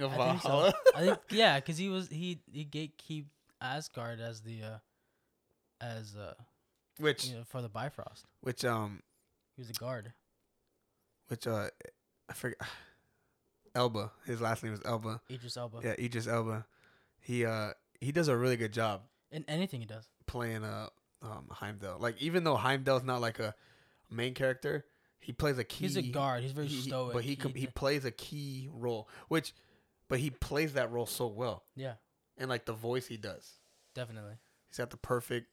gatekeeping of
I think so.
Valhalla?
I think yeah, because he was he he gatekeep Asgard as the uh as uh
<laughs> which
you know, for the Bifrost.
which um
He was a guard.
which uh I forget. <sighs> Elba. His last name was Elba.
Idris Elba.
Yeah, Idris Elba. He uh he does a really good job.
In anything he does.
playing uh um Heimdall. Like even though Heimdall's not like a main character, he plays a key.
He's a guard. He's very
he- he-
stoic.
but he com- he plays a key role, which but he plays that role so well,
yeah,
and like the voice he does,
definitely.
he's got the perfect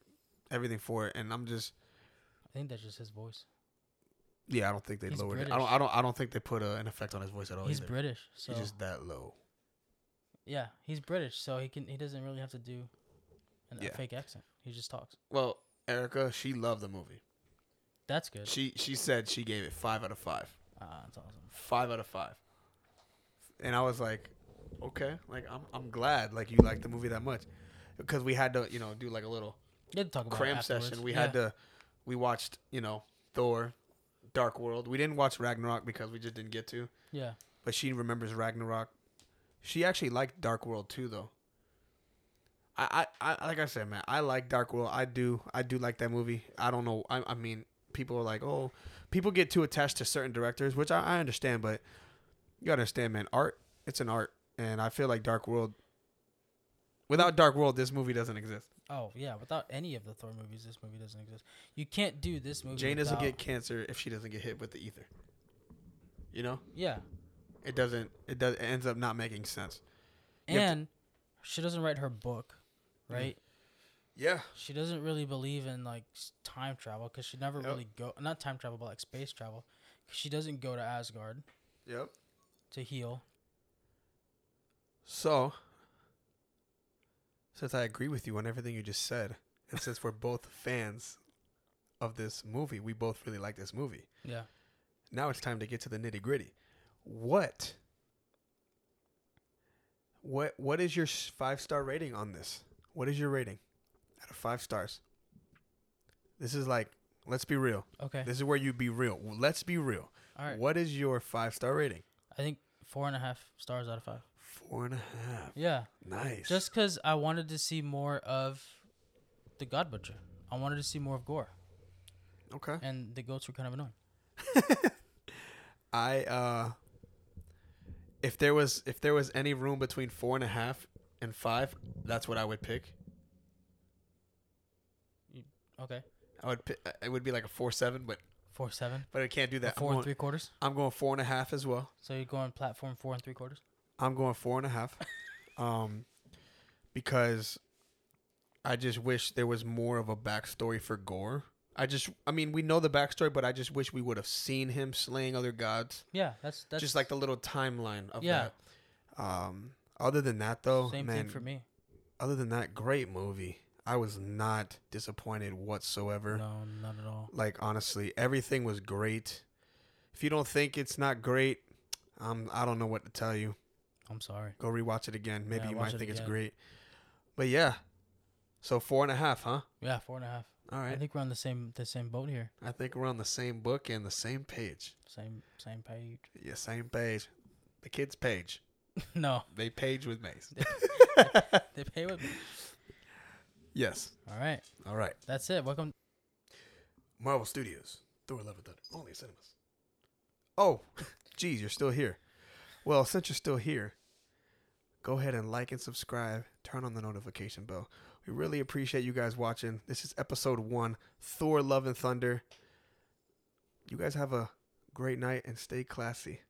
everything for it. And I'm just
I think that's just his voice.
yeah, I don't think they
He's
lowered it. I don't
British.
I don't I don't think they put uh, an effect on his voice at all.
he's
either.
British, so
He's just that low.
yeah, he's British, so he can he doesn't really have to do an,
Yeah.
a fake accent. He just talks.
Well, Erica, she loved the movie.
That's good.
She she said she gave it five out of five.
Ah, that's awesome.
five out of five. And I was like, okay, like I'm, I'm glad like you liked the movie that much, because we had to you know do like a little
You had to talk about
cram
it
session. We had to, we watched you know Thor, Dark World. We didn't watch Ragnarok because we just didn't get to.
yeah.
But she remembers Ragnarok. She actually liked Dark World too though. I, I, I like I said, man, I like Dark World. I do, I do like that movie. I don't know. I, I mean, people are like, oh, people get too attached to certain directors, which I, I understand. But you gotta understand, man, art, it's an art, and I feel like Dark World. Without Dark World, this movie doesn't exist.
Oh yeah, without any of the Thor movies, this movie doesn't exist. You can't do this movie.
Jane doesn't
without-
get cancer if she doesn't get hit with the ether. You know,
yeah,
it doesn't. It does. It ends up not making sense. You have to-
and she doesn't write her book, right?
Yeah.
She doesn't really believe in like s- time travel because she never
Yep.
really go not time travel but like space travel. 'cause she doesn't go to Asgard
Yep.
to heal.
So, since I agree with you on everything you just said, and since we're both fans of this movie, we both really like this movie.
Yeah,
Now it's time to get to the nitty gritty. What? What? What is your five star rating on this? What is your rating out of five stars? This is like, let's be real.
okay,
This is where you be real. Let's be real.
all right.
What is your five star rating?
I think four and a half stars out of five.
Four and a half.
Yeah,
Nice.
just because I wanted to see more of the God Butcher. I wanted to see more of Gore,
okay.
and the goats were kind of annoying.
I uh if there was if there was any room between four and a half and five, that's what I would pick.
Okay,
I would pick, it would be like a four seven, but
four seven,
but I can't do that. I'm
four and
going,
three quarters.
I'm going four and a half as well.
So you're going platform four and three quarters.
I'm going four and a
<laughs>
half, um, because I just wish there was more of a backstory for Gore I just, I mean, we know the backstory, but I just wish we would have seen him slaying other gods.
Yeah, that's that's
just like the little timeline of
Yeah.
that. Um, other than that, though,
same
man,
thing for me.
other than that, great movie. I was not disappointed whatsoever.
No, not at all.
Like honestly, everything was great. If you don't think it's not great, um, I don't know what to tell you.
I'm sorry.
Go rewatch it again. Maybe
Yeah,
you
watch
might
it
think it's
again.
great. But yeah, so four and a half, huh?
Yeah, four and a half.
All right.
I think we're on the same the same boat here.
I think we're on the same book and the same page.
Same same page. <laughs>
Yeah, same page. The kids' page.
no,
They page
<laughs>
with Mace.
they pay with me.
yes.
All right,
All right.
that's it. Welcome.
Marvel Studios. Thor: Love and Thunder. Only in cinemas. Oh, <laughs> geez, you're still here. Well, since you're still here, go ahead and like and subscribe. Turn on the notification bell. We really appreciate you guys watching. This is episode one, Thor: Love and Thunder. You guys have a great night and stay classy.